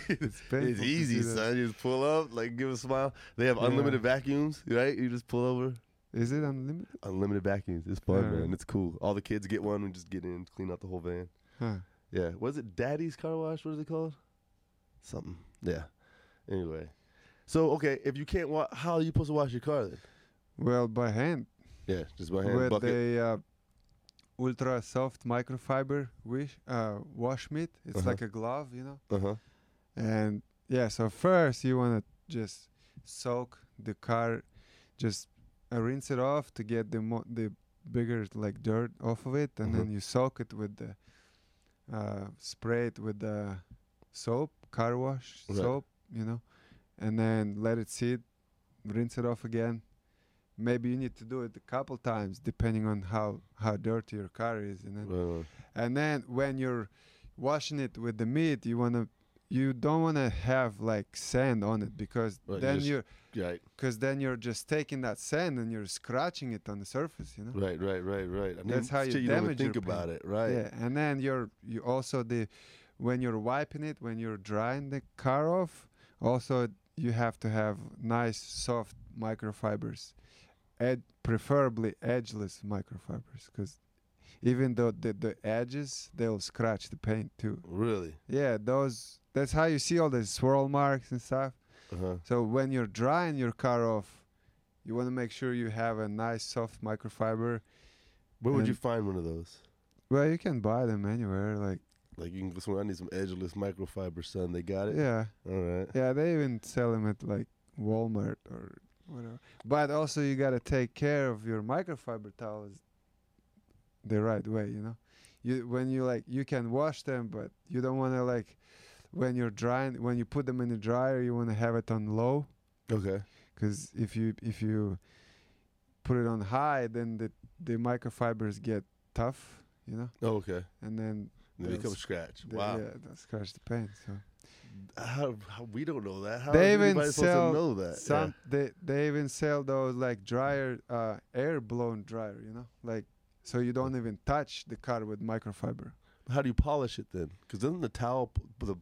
[SPEAKER 2] It's painful.
[SPEAKER 1] It's
[SPEAKER 2] to
[SPEAKER 1] easy,
[SPEAKER 2] do that.
[SPEAKER 1] son. You just pull up, like give a smile. They have
[SPEAKER 2] Yeah.
[SPEAKER 1] unlimited vacuums, right? You just pull over.
[SPEAKER 2] Is it unlimited?
[SPEAKER 1] Unlimited vacuums. It's fun,
[SPEAKER 2] Yeah.
[SPEAKER 1] man. It's cool. All the kids get one and just get in, clean out the whole van.
[SPEAKER 2] Huh.
[SPEAKER 1] Yeah. Was it Daddy's Car Wash? What is it called? Something. Yeah. Anyway. So okay, if you can't wa- how are you supposed to wash your car then?
[SPEAKER 2] Well, by hand
[SPEAKER 1] Yeah, just by hand
[SPEAKER 2] with
[SPEAKER 1] bucket.
[SPEAKER 2] the uh, ultra soft microfiber wish, uh, wash mitt. It's
[SPEAKER 1] Uh-huh.
[SPEAKER 2] like a glove, you know.
[SPEAKER 1] uh huh.
[SPEAKER 2] And yeah, so first you want to just soak the car, just uh, rinse it off to get the mo- the bigger like dirt off of it, and
[SPEAKER 1] Mhm.
[SPEAKER 2] then you soak it with the uh, spray it with the soap, car wash
[SPEAKER 1] Right.
[SPEAKER 2] soap, you know, and then let it sit, rinse it off again. Maybe you need to do it a couple times depending on how how dirty your car is, and then
[SPEAKER 1] Uh,
[SPEAKER 2] and then when you're washing it with the meat, you wanna you don't wanna have like sand on it because
[SPEAKER 1] Right, you
[SPEAKER 2] then
[SPEAKER 1] just-
[SPEAKER 2] you're
[SPEAKER 1] Right,
[SPEAKER 2] because then you're just taking that sand and you're scratching it on the surface, you know.
[SPEAKER 1] right, right, right, right. I mean,
[SPEAKER 2] That's how you
[SPEAKER 1] shit, you don't even
[SPEAKER 2] damage your
[SPEAKER 1] think about it, right?
[SPEAKER 2] Yeah, and then you're you also the when you're wiping it when you're drying the car off, also you have to have nice soft microfibers, ed- preferably edgeless microfibers, because even though the, the edges they'll scratch the paint too.
[SPEAKER 1] Really?
[SPEAKER 2] Yeah, those. That's how you see all the swirl marks and stuff.
[SPEAKER 1] Uh huh.
[SPEAKER 2] So when you're drying your car off, you want to make sure you have a nice soft microfiber.
[SPEAKER 1] Where would you
[SPEAKER 2] And-
[SPEAKER 1] find one of those?
[SPEAKER 2] Well, you can buy them anywhere. Like,
[SPEAKER 1] Like you can go somewhere. I need some edgeless microfiber, son. They got it.
[SPEAKER 2] yeah,
[SPEAKER 1] All right.
[SPEAKER 2] yeah, they even sell them at like Walmart or whatever. But also, you gotta take care of your microfiber towels the right way. You know, you when you like you can wash them, but you don't want to like when you're drying when you put them in the dryer, you want to have it on low.
[SPEAKER 1] Okay.
[SPEAKER 2] because if you if you put it on high then the the microfibers get tough, you know,
[SPEAKER 1] Oh, okay.
[SPEAKER 2] and then
[SPEAKER 1] They
[SPEAKER 2] Yes.
[SPEAKER 1] become scratch.
[SPEAKER 2] they,
[SPEAKER 1] wow. Uh,
[SPEAKER 2] yeah, that scratch the paint. So
[SPEAKER 1] How, how, we don't know that. How
[SPEAKER 2] They
[SPEAKER 1] is
[SPEAKER 2] even
[SPEAKER 1] anybody
[SPEAKER 2] sell
[SPEAKER 1] supposed to know that?
[SPEAKER 2] some they they even sell those like dryer, uh, air blown dryer, you know, like so you don't even touch the car with microfiber.
[SPEAKER 1] Yeah. How do you polish it then? Because doesn't the towel p- the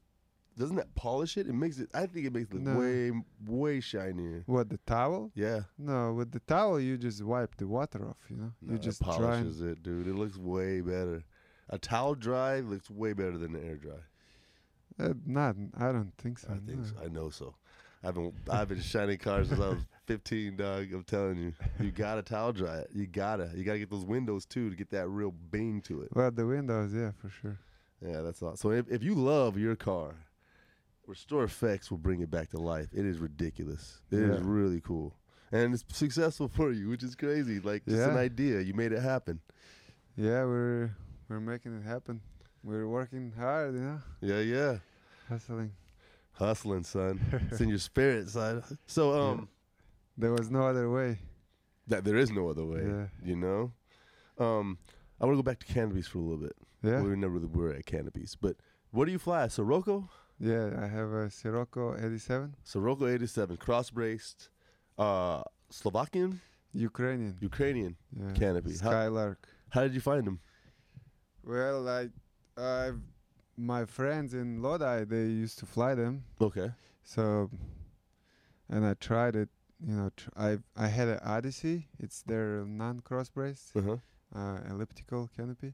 [SPEAKER 1] doesn't that polish it? It makes it. I think it makes it
[SPEAKER 2] No.
[SPEAKER 1] way way shinier.
[SPEAKER 2] What the towel?
[SPEAKER 1] Yeah,
[SPEAKER 2] No, with the towel you just wipe the water off. You know,
[SPEAKER 1] No,
[SPEAKER 2] you
[SPEAKER 1] it
[SPEAKER 2] just dry. and-
[SPEAKER 1] polishes it, dude. It looks way better. A towel dry looks way better than an air dry.
[SPEAKER 2] Uh, not, I don't think so.
[SPEAKER 1] I think
[SPEAKER 2] no.
[SPEAKER 1] so. I know so. I've been I've been shining cars since I was 15, dog. I'm telling you, you gotta towel dry it. You gotta you gotta get those windows too to get that real beam to it.
[SPEAKER 2] Well, the windows, yeah, for sure.
[SPEAKER 1] Yeah, that's all. So if, if you love your car, Restore Effects will bring it back to life. It is ridiculous. It is
[SPEAKER 2] Yeah.
[SPEAKER 1] really cool. And it's successful for you, which is crazy. Like just an
[SPEAKER 2] Yeah.
[SPEAKER 1] idea. You made it happen.
[SPEAKER 2] Yeah, we're we're making it happen. We're working hard, you know,
[SPEAKER 1] Yeah, yeah.
[SPEAKER 2] hustling.
[SPEAKER 1] Hustling, son. it's in your spirit, son. So
[SPEAKER 2] Yeah.
[SPEAKER 1] um
[SPEAKER 2] There was no other way.
[SPEAKER 1] that there is no other way.
[SPEAKER 2] Yeah.
[SPEAKER 1] You know? Um I want to go back to canopies for a little bit.
[SPEAKER 2] Yeah,
[SPEAKER 1] We never really were at canopies. But what do you fly? Sirocco?
[SPEAKER 2] yeah. I have a Sirocco 87,
[SPEAKER 1] Sirocco 87, cross braced, uh, Slovakian,
[SPEAKER 2] Ukrainian.
[SPEAKER 1] Ukrainian
[SPEAKER 2] Yeah.
[SPEAKER 1] canopy. How,
[SPEAKER 2] Skylark.
[SPEAKER 1] how did you find them?
[SPEAKER 2] Well, like, I've my friends in Lodi, they used to fly them.
[SPEAKER 1] Okay.
[SPEAKER 2] So, and I tried it. You know, tr- I I had an Odyssey. It's their non-cross braced.
[SPEAKER 1] Uh huh.
[SPEAKER 2] uh, elliptical canopy.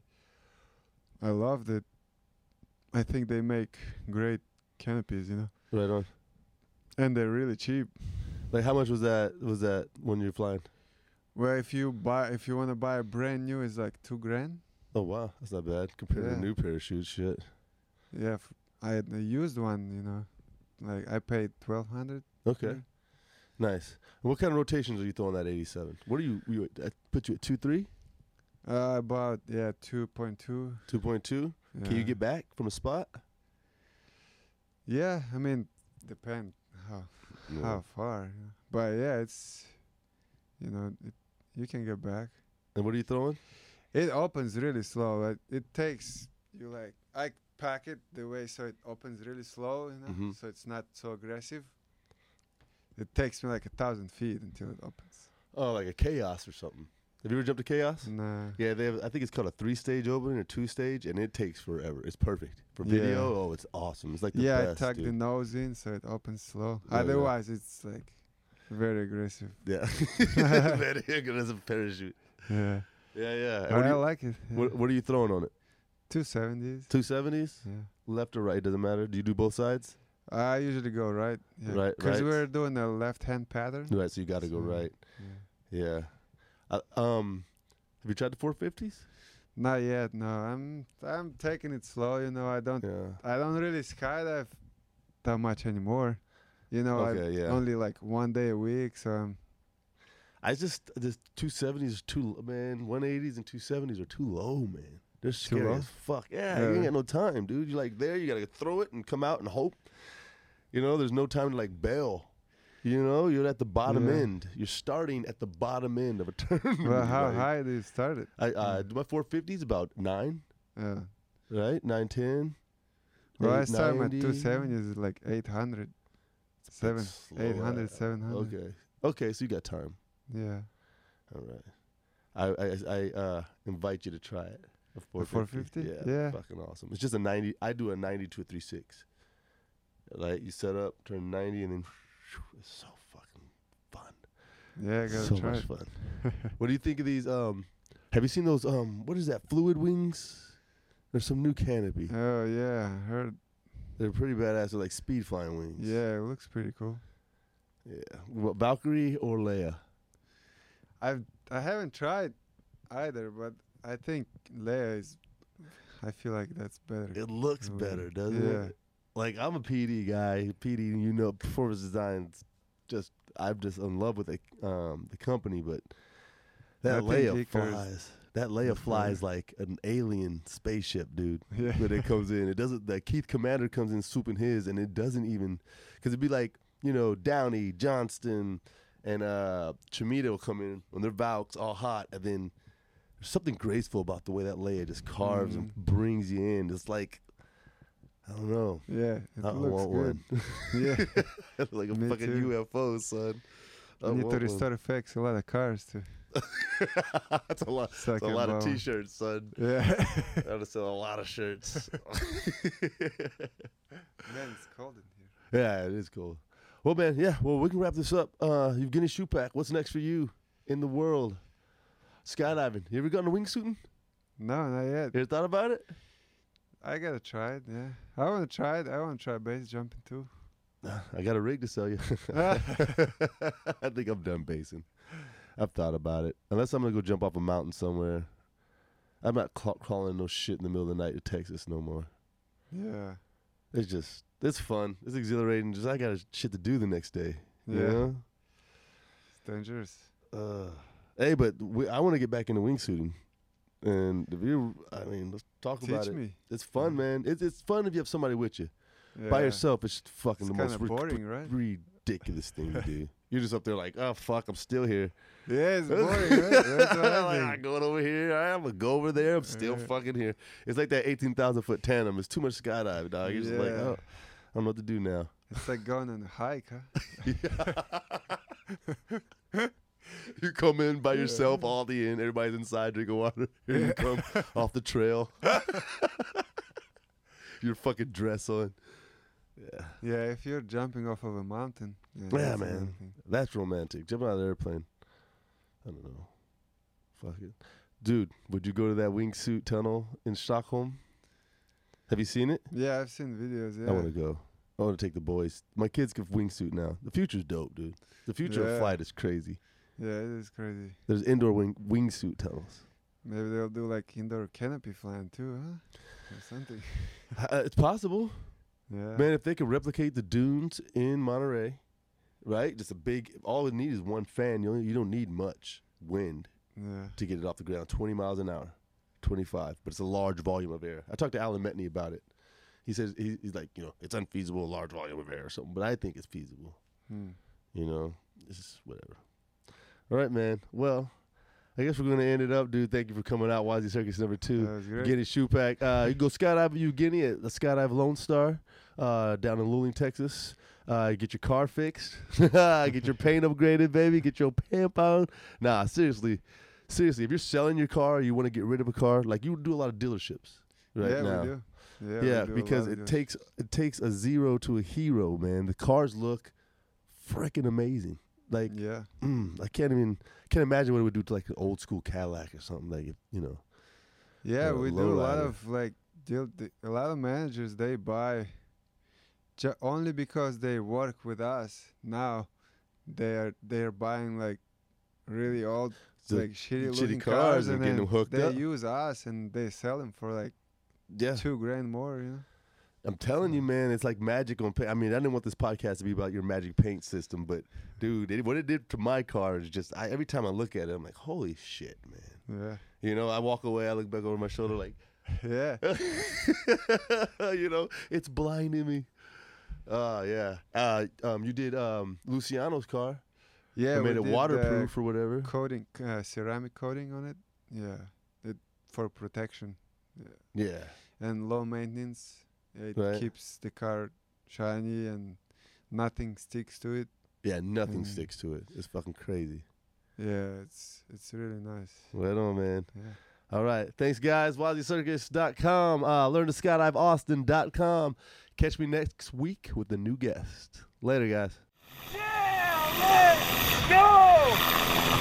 [SPEAKER 2] I loved it. I think they make great canopies, you know,
[SPEAKER 1] Right on.
[SPEAKER 2] and they're really cheap.
[SPEAKER 1] Like, how much was that? Was that when you're flying?
[SPEAKER 2] Well, if you buy, if you want to buy a brand new, it's like two grand.
[SPEAKER 1] Oh wow, that's not bad compared to a
[SPEAKER 2] Yeah.
[SPEAKER 1] new parachute. Shit.
[SPEAKER 2] Yeah, f- I had a used one, you know, like I paid twelve hundred.
[SPEAKER 1] Okay. Nice. What kind of rotations are you throwing that 87? What are you? you I put you at two three,
[SPEAKER 2] Uh, about yeah, two point two.
[SPEAKER 1] two point two. Can you get back from a spot?
[SPEAKER 2] Yeah, I mean, depend how how far, you know. but yeah, it's, you know, it, you can get back.
[SPEAKER 1] And what are you throwing?
[SPEAKER 2] It opens really slow. It, it takes you like I pack it the way so it opens really slow, you know,
[SPEAKER 1] Mhm.
[SPEAKER 2] so it's not so aggressive. It takes me like a thousand feet until it opens.
[SPEAKER 1] Oh, like a chaos or something. Mm-hmm. Have you ever jumped a chaos?
[SPEAKER 2] Nah.
[SPEAKER 1] Yeah, they have. I think it's called a three-stage opening or two-stage, and it takes forever. It's perfect for
[SPEAKER 2] Yeah.
[SPEAKER 1] video. Oh, it's awesome. It's like the
[SPEAKER 2] yeah,
[SPEAKER 1] best.
[SPEAKER 2] I tuck
[SPEAKER 1] dude.
[SPEAKER 2] the nose in so it opens slow.
[SPEAKER 1] Yeah, yeah.
[SPEAKER 2] Otherwise, it's like very aggressive.
[SPEAKER 1] Yeah, that is good as a parachute.
[SPEAKER 2] Yeah,
[SPEAKER 1] Yeah, yeah. And
[SPEAKER 2] but
[SPEAKER 1] What are,
[SPEAKER 2] I
[SPEAKER 1] you,
[SPEAKER 2] like it. Yeah.
[SPEAKER 1] what, what are you throwing on it?
[SPEAKER 2] Two seventies.
[SPEAKER 1] Two seventies,
[SPEAKER 2] Yeah,
[SPEAKER 1] left or right? Doesn't matter. Do you do both sides?
[SPEAKER 2] I usually go right. Yeah.
[SPEAKER 1] Right,
[SPEAKER 2] Because
[SPEAKER 1] right.
[SPEAKER 2] we're doing a left-hand pattern.
[SPEAKER 1] Right, so you got to go
[SPEAKER 2] So-
[SPEAKER 1] right.
[SPEAKER 2] Mm-hmm. Yeah.
[SPEAKER 1] Yeah. I, um, have you tried the four fifties?
[SPEAKER 2] Not yet. No, I'm I'm taking it slow. You know, I don't
[SPEAKER 1] Yeah.
[SPEAKER 2] I don't really skydive that much anymore. You know, I
[SPEAKER 1] Okay, yeah.
[SPEAKER 2] only like one day a week, so um, I'm,
[SPEAKER 1] I just this two seventies is too l- man. One eighties and two seventies are too low, man. They're scary
[SPEAKER 2] low?
[SPEAKER 1] as fuck. Yeah, you
[SPEAKER 2] Yeah.
[SPEAKER 1] ain't got no time, dude. You like there, you gotta throw it and come out and hope. You know, there's no time to like bail. You know, you're at the bottom
[SPEAKER 2] Yeah.
[SPEAKER 1] end. You're starting at the bottom end of a turn.
[SPEAKER 2] well, how
[SPEAKER 1] Like,
[SPEAKER 2] high do you start it?
[SPEAKER 1] I uh, my four fifties about nine,
[SPEAKER 2] Uh,
[SPEAKER 1] right? Nine ten.
[SPEAKER 2] well, I
[SPEAKER 1] eight
[SPEAKER 2] start my
[SPEAKER 1] 90.
[SPEAKER 2] 270 is like 800, seven,
[SPEAKER 1] Slow
[SPEAKER 2] 800,
[SPEAKER 1] out.
[SPEAKER 2] 700.
[SPEAKER 1] Okay. Okay, so you got time.
[SPEAKER 2] Yeah,
[SPEAKER 1] All right. I I, I uh, invite you to try it. A
[SPEAKER 2] 450?
[SPEAKER 1] Yeah,
[SPEAKER 2] Yeah.
[SPEAKER 1] Fucking awesome. It's just a 90. I do a 90 to a 36. Like you set up, turn 90, and then it's so fucking fun.
[SPEAKER 2] yeah, I gotta
[SPEAKER 1] So
[SPEAKER 2] try
[SPEAKER 1] much
[SPEAKER 2] it.
[SPEAKER 1] fun. what do you think of these? Um, have you seen those? Um, what is that? Fluid wings? There's some new canopy.
[SPEAKER 2] Oh yeah, I heard.
[SPEAKER 1] They're pretty badass. They're like speed flying wings.
[SPEAKER 2] Yeah, it looks pretty cool.
[SPEAKER 1] Yeah. What, Valkyrie or Leia?
[SPEAKER 2] I've I haven't tried either, but I think Leia is. I feel like that's better.
[SPEAKER 1] It looks
[SPEAKER 2] Ooh.
[SPEAKER 1] better, doesn't
[SPEAKER 2] Mm-hmm. yeah.
[SPEAKER 1] it? Like I'm a PD guy. PD, you know, performance designs. Just I'm just in love with the um the company, but that
[SPEAKER 2] I think
[SPEAKER 1] Leia
[SPEAKER 2] Icarus-
[SPEAKER 1] flies. That Leia
[SPEAKER 2] Icarus.
[SPEAKER 1] flies like an alien spaceship, dude.
[SPEAKER 2] Yeah.
[SPEAKER 1] When it comes in, it doesn't. That Keith Commander comes in swooping his, and it doesn't even because it'd be like you know Downey Johnston and uh Chimita will come in when they're Valks all hot, and then There's something graceful about the way that Leia just carves and
[SPEAKER 2] Mm-hmm.
[SPEAKER 1] brings you in. It's like I don't know.
[SPEAKER 2] Yeah, it
[SPEAKER 1] I
[SPEAKER 2] looks
[SPEAKER 1] want
[SPEAKER 2] good. yeah,
[SPEAKER 1] like a
[SPEAKER 2] Me
[SPEAKER 1] fucking
[SPEAKER 2] too.
[SPEAKER 1] UFO, son. I
[SPEAKER 2] I
[SPEAKER 1] want
[SPEAKER 2] need to
[SPEAKER 1] one.
[SPEAKER 2] restore effects a lot of cars too.
[SPEAKER 1] That's a lot. That's a
[SPEAKER 2] Second
[SPEAKER 1] lot of
[SPEAKER 2] bomb.
[SPEAKER 1] t-shirts, son.
[SPEAKER 2] Yeah.
[SPEAKER 1] That'll sell a lot of shirts.
[SPEAKER 2] Man, it's cold in here.
[SPEAKER 1] yeah, it is cool. Well, man, yeah. Well, we can wrap this up. Uh, you've getting a shoe pack. What's next for you in the world? Skydiving. You ever gotten a wingsuiting?
[SPEAKER 2] No, not yet.
[SPEAKER 1] You ever thought about it?
[SPEAKER 2] I gotta try it. Yeah, I wanna try it. I wanna try base jumping too.
[SPEAKER 1] Uh, I got a rig to sell you. I think I'm done basing. I've thought about it. Unless I'm gonna go jump off a mountain somewhere. I'm not cla- crawling no shit in the middle of the night to Texas no more.
[SPEAKER 2] Yeah,
[SPEAKER 1] It's just it's fun. It's exhilarating. Just I got shit to do the next day.
[SPEAKER 2] yeah,
[SPEAKER 1] You know?
[SPEAKER 2] it's dangerous.
[SPEAKER 1] Uh, hey, but we, I want to get back into wingsuiting. And if you, I mean, let's talk about
[SPEAKER 2] Teach
[SPEAKER 1] it.
[SPEAKER 2] me.
[SPEAKER 1] It's fun, man. It's it's fun if you have somebody with you. By
[SPEAKER 2] Yeah.
[SPEAKER 1] yourself, it's fucking
[SPEAKER 2] It's
[SPEAKER 1] the most
[SPEAKER 2] kind of
[SPEAKER 1] rid-
[SPEAKER 2] boring, right?
[SPEAKER 1] ridiculous thing to do. You're just up there like, oh fuck, I'm still here.
[SPEAKER 2] Yeah, it's boring. right? That's what I
[SPEAKER 1] like, I'm
[SPEAKER 2] think.
[SPEAKER 1] going over here. I- I'm gonna go over there. I'm still
[SPEAKER 2] Yeah.
[SPEAKER 1] fucking here. It's like that 18,000 foot tandem. It's too much skydive, dog. You're just like,
[SPEAKER 2] Yeah.
[SPEAKER 1] oh, I don't know what to do now.
[SPEAKER 2] It's like going on a hike, huh?
[SPEAKER 1] You come in by yourself, all the in, everybody's inside drinking water. Here you come off the trail. Your fucking dress on.
[SPEAKER 2] Yeah, if you're jumping off of a mountain. Yeah,
[SPEAKER 1] Yeah,
[SPEAKER 2] that's another
[SPEAKER 1] man.
[SPEAKER 2] thing.
[SPEAKER 1] That's romantic. Jumping out of the airplane. I don't know. Fuck it. Dude, would you go to that wingsuit tunnel in Stockholm? Have you seen it?
[SPEAKER 2] Yeah, I've seen videos.
[SPEAKER 1] I want to
[SPEAKER 2] Yeah,
[SPEAKER 1] go. I want to take the boys. My kids can wingsuit now. The future's dope, dude. The future of
[SPEAKER 2] Yeah.
[SPEAKER 1] flight is crazy.
[SPEAKER 2] yeah, it is crazy.
[SPEAKER 1] There's indoor wing wingsuit tunnels.
[SPEAKER 2] Maybe they'll do like indoor canopy flying too, huh? Or something.
[SPEAKER 1] Uh, It's possible.
[SPEAKER 2] Yeah.
[SPEAKER 1] Man, if they could replicate the dunes in Monterey, right? Just a big. All it need is one fan. You only, you don't need much wind
[SPEAKER 2] Yeah.
[SPEAKER 1] to get it off the ground. Twenty miles an hour, twenty five, but it's a large volume of air. I talked to Alan Metney about it. He says he, he's like, you know, it's unfeasible, a large volume of air or something. But I think it's feasible.
[SPEAKER 2] Hmm.
[SPEAKER 1] You know, it's just whatever. All right, man. Well, I guess we're gonna end it up, dude. Thank you for coming out, Wisey Circus number two.
[SPEAKER 2] That was great.
[SPEAKER 1] Get his shoe pack. Uh, you go skydive in New Guinea at the Skydive Lone Star uh, down in Luling, Texas. Uh, get your car fixed. get your paint upgraded, baby. Get your pimp on. Nah, seriously. Seriously, if you're selling your car, you want to get rid of a car, like you do a lot of dealerships right
[SPEAKER 2] yeah,
[SPEAKER 1] now.
[SPEAKER 2] we do. Yeah, we
[SPEAKER 1] Yeah,
[SPEAKER 2] do a
[SPEAKER 1] because
[SPEAKER 2] lot of
[SPEAKER 1] it
[SPEAKER 2] deals.
[SPEAKER 1] takes it takes a zero to a hero, man. The cars look freaking amazing. Like
[SPEAKER 2] Yeah.
[SPEAKER 1] mm, I can't even can't imagine what it would do to like an old school Cadillac or something. Like if, you know,
[SPEAKER 2] Yeah,
[SPEAKER 1] a
[SPEAKER 2] we do a lot
[SPEAKER 1] lowrider.
[SPEAKER 2] of like deal. th- A lot of managers they buy ju- only because they work with us now. They are they are buying like really old,
[SPEAKER 1] The
[SPEAKER 2] like shitty,
[SPEAKER 1] shitty
[SPEAKER 2] looking
[SPEAKER 1] cars
[SPEAKER 2] cars,
[SPEAKER 1] and
[SPEAKER 2] and
[SPEAKER 1] getting
[SPEAKER 2] then
[SPEAKER 1] them hooked
[SPEAKER 2] they
[SPEAKER 1] up.
[SPEAKER 2] use us and they sell them for like
[SPEAKER 1] yeah,
[SPEAKER 2] two grand more. You know?
[SPEAKER 1] I'm telling you, man, it's like magic on paint. I mean, I didn't want this podcast to be about your magic paint system, but dude, it, what it did to my car is just I, every time I look at it, I'm like, holy shit, man.
[SPEAKER 2] Yeah,
[SPEAKER 1] You know, I walk away, I look back over my shoulder, like,
[SPEAKER 2] yeah,
[SPEAKER 1] you know, it's blinding me. Uh yeah. Uh, um, you did um Luciano's car.
[SPEAKER 2] yeah.
[SPEAKER 1] I
[SPEAKER 2] we
[SPEAKER 1] made it
[SPEAKER 2] did, uh,
[SPEAKER 1] waterproof or whatever.
[SPEAKER 2] coating, uh, ceramic coating on it. Yeah, it for protection
[SPEAKER 1] Yeah.
[SPEAKER 2] and low maintenance. It
[SPEAKER 1] Right.
[SPEAKER 2] keeps the car shiny and nothing sticks to it.
[SPEAKER 1] Yeah, nothing
[SPEAKER 2] Mm.
[SPEAKER 1] sticks to it. It's fucking crazy.
[SPEAKER 2] Yeah, it's it's really nice.
[SPEAKER 1] Right on, man.
[SPEAKER 2] Yeah.
[SPEAKER 1] All right. Thanks, guys. WazzyCircus.com. Uh, learn to skydive Austin.com. Catch me next week with a new guest. Later, guys.
[SPEAKER 3] Yeah, let's go!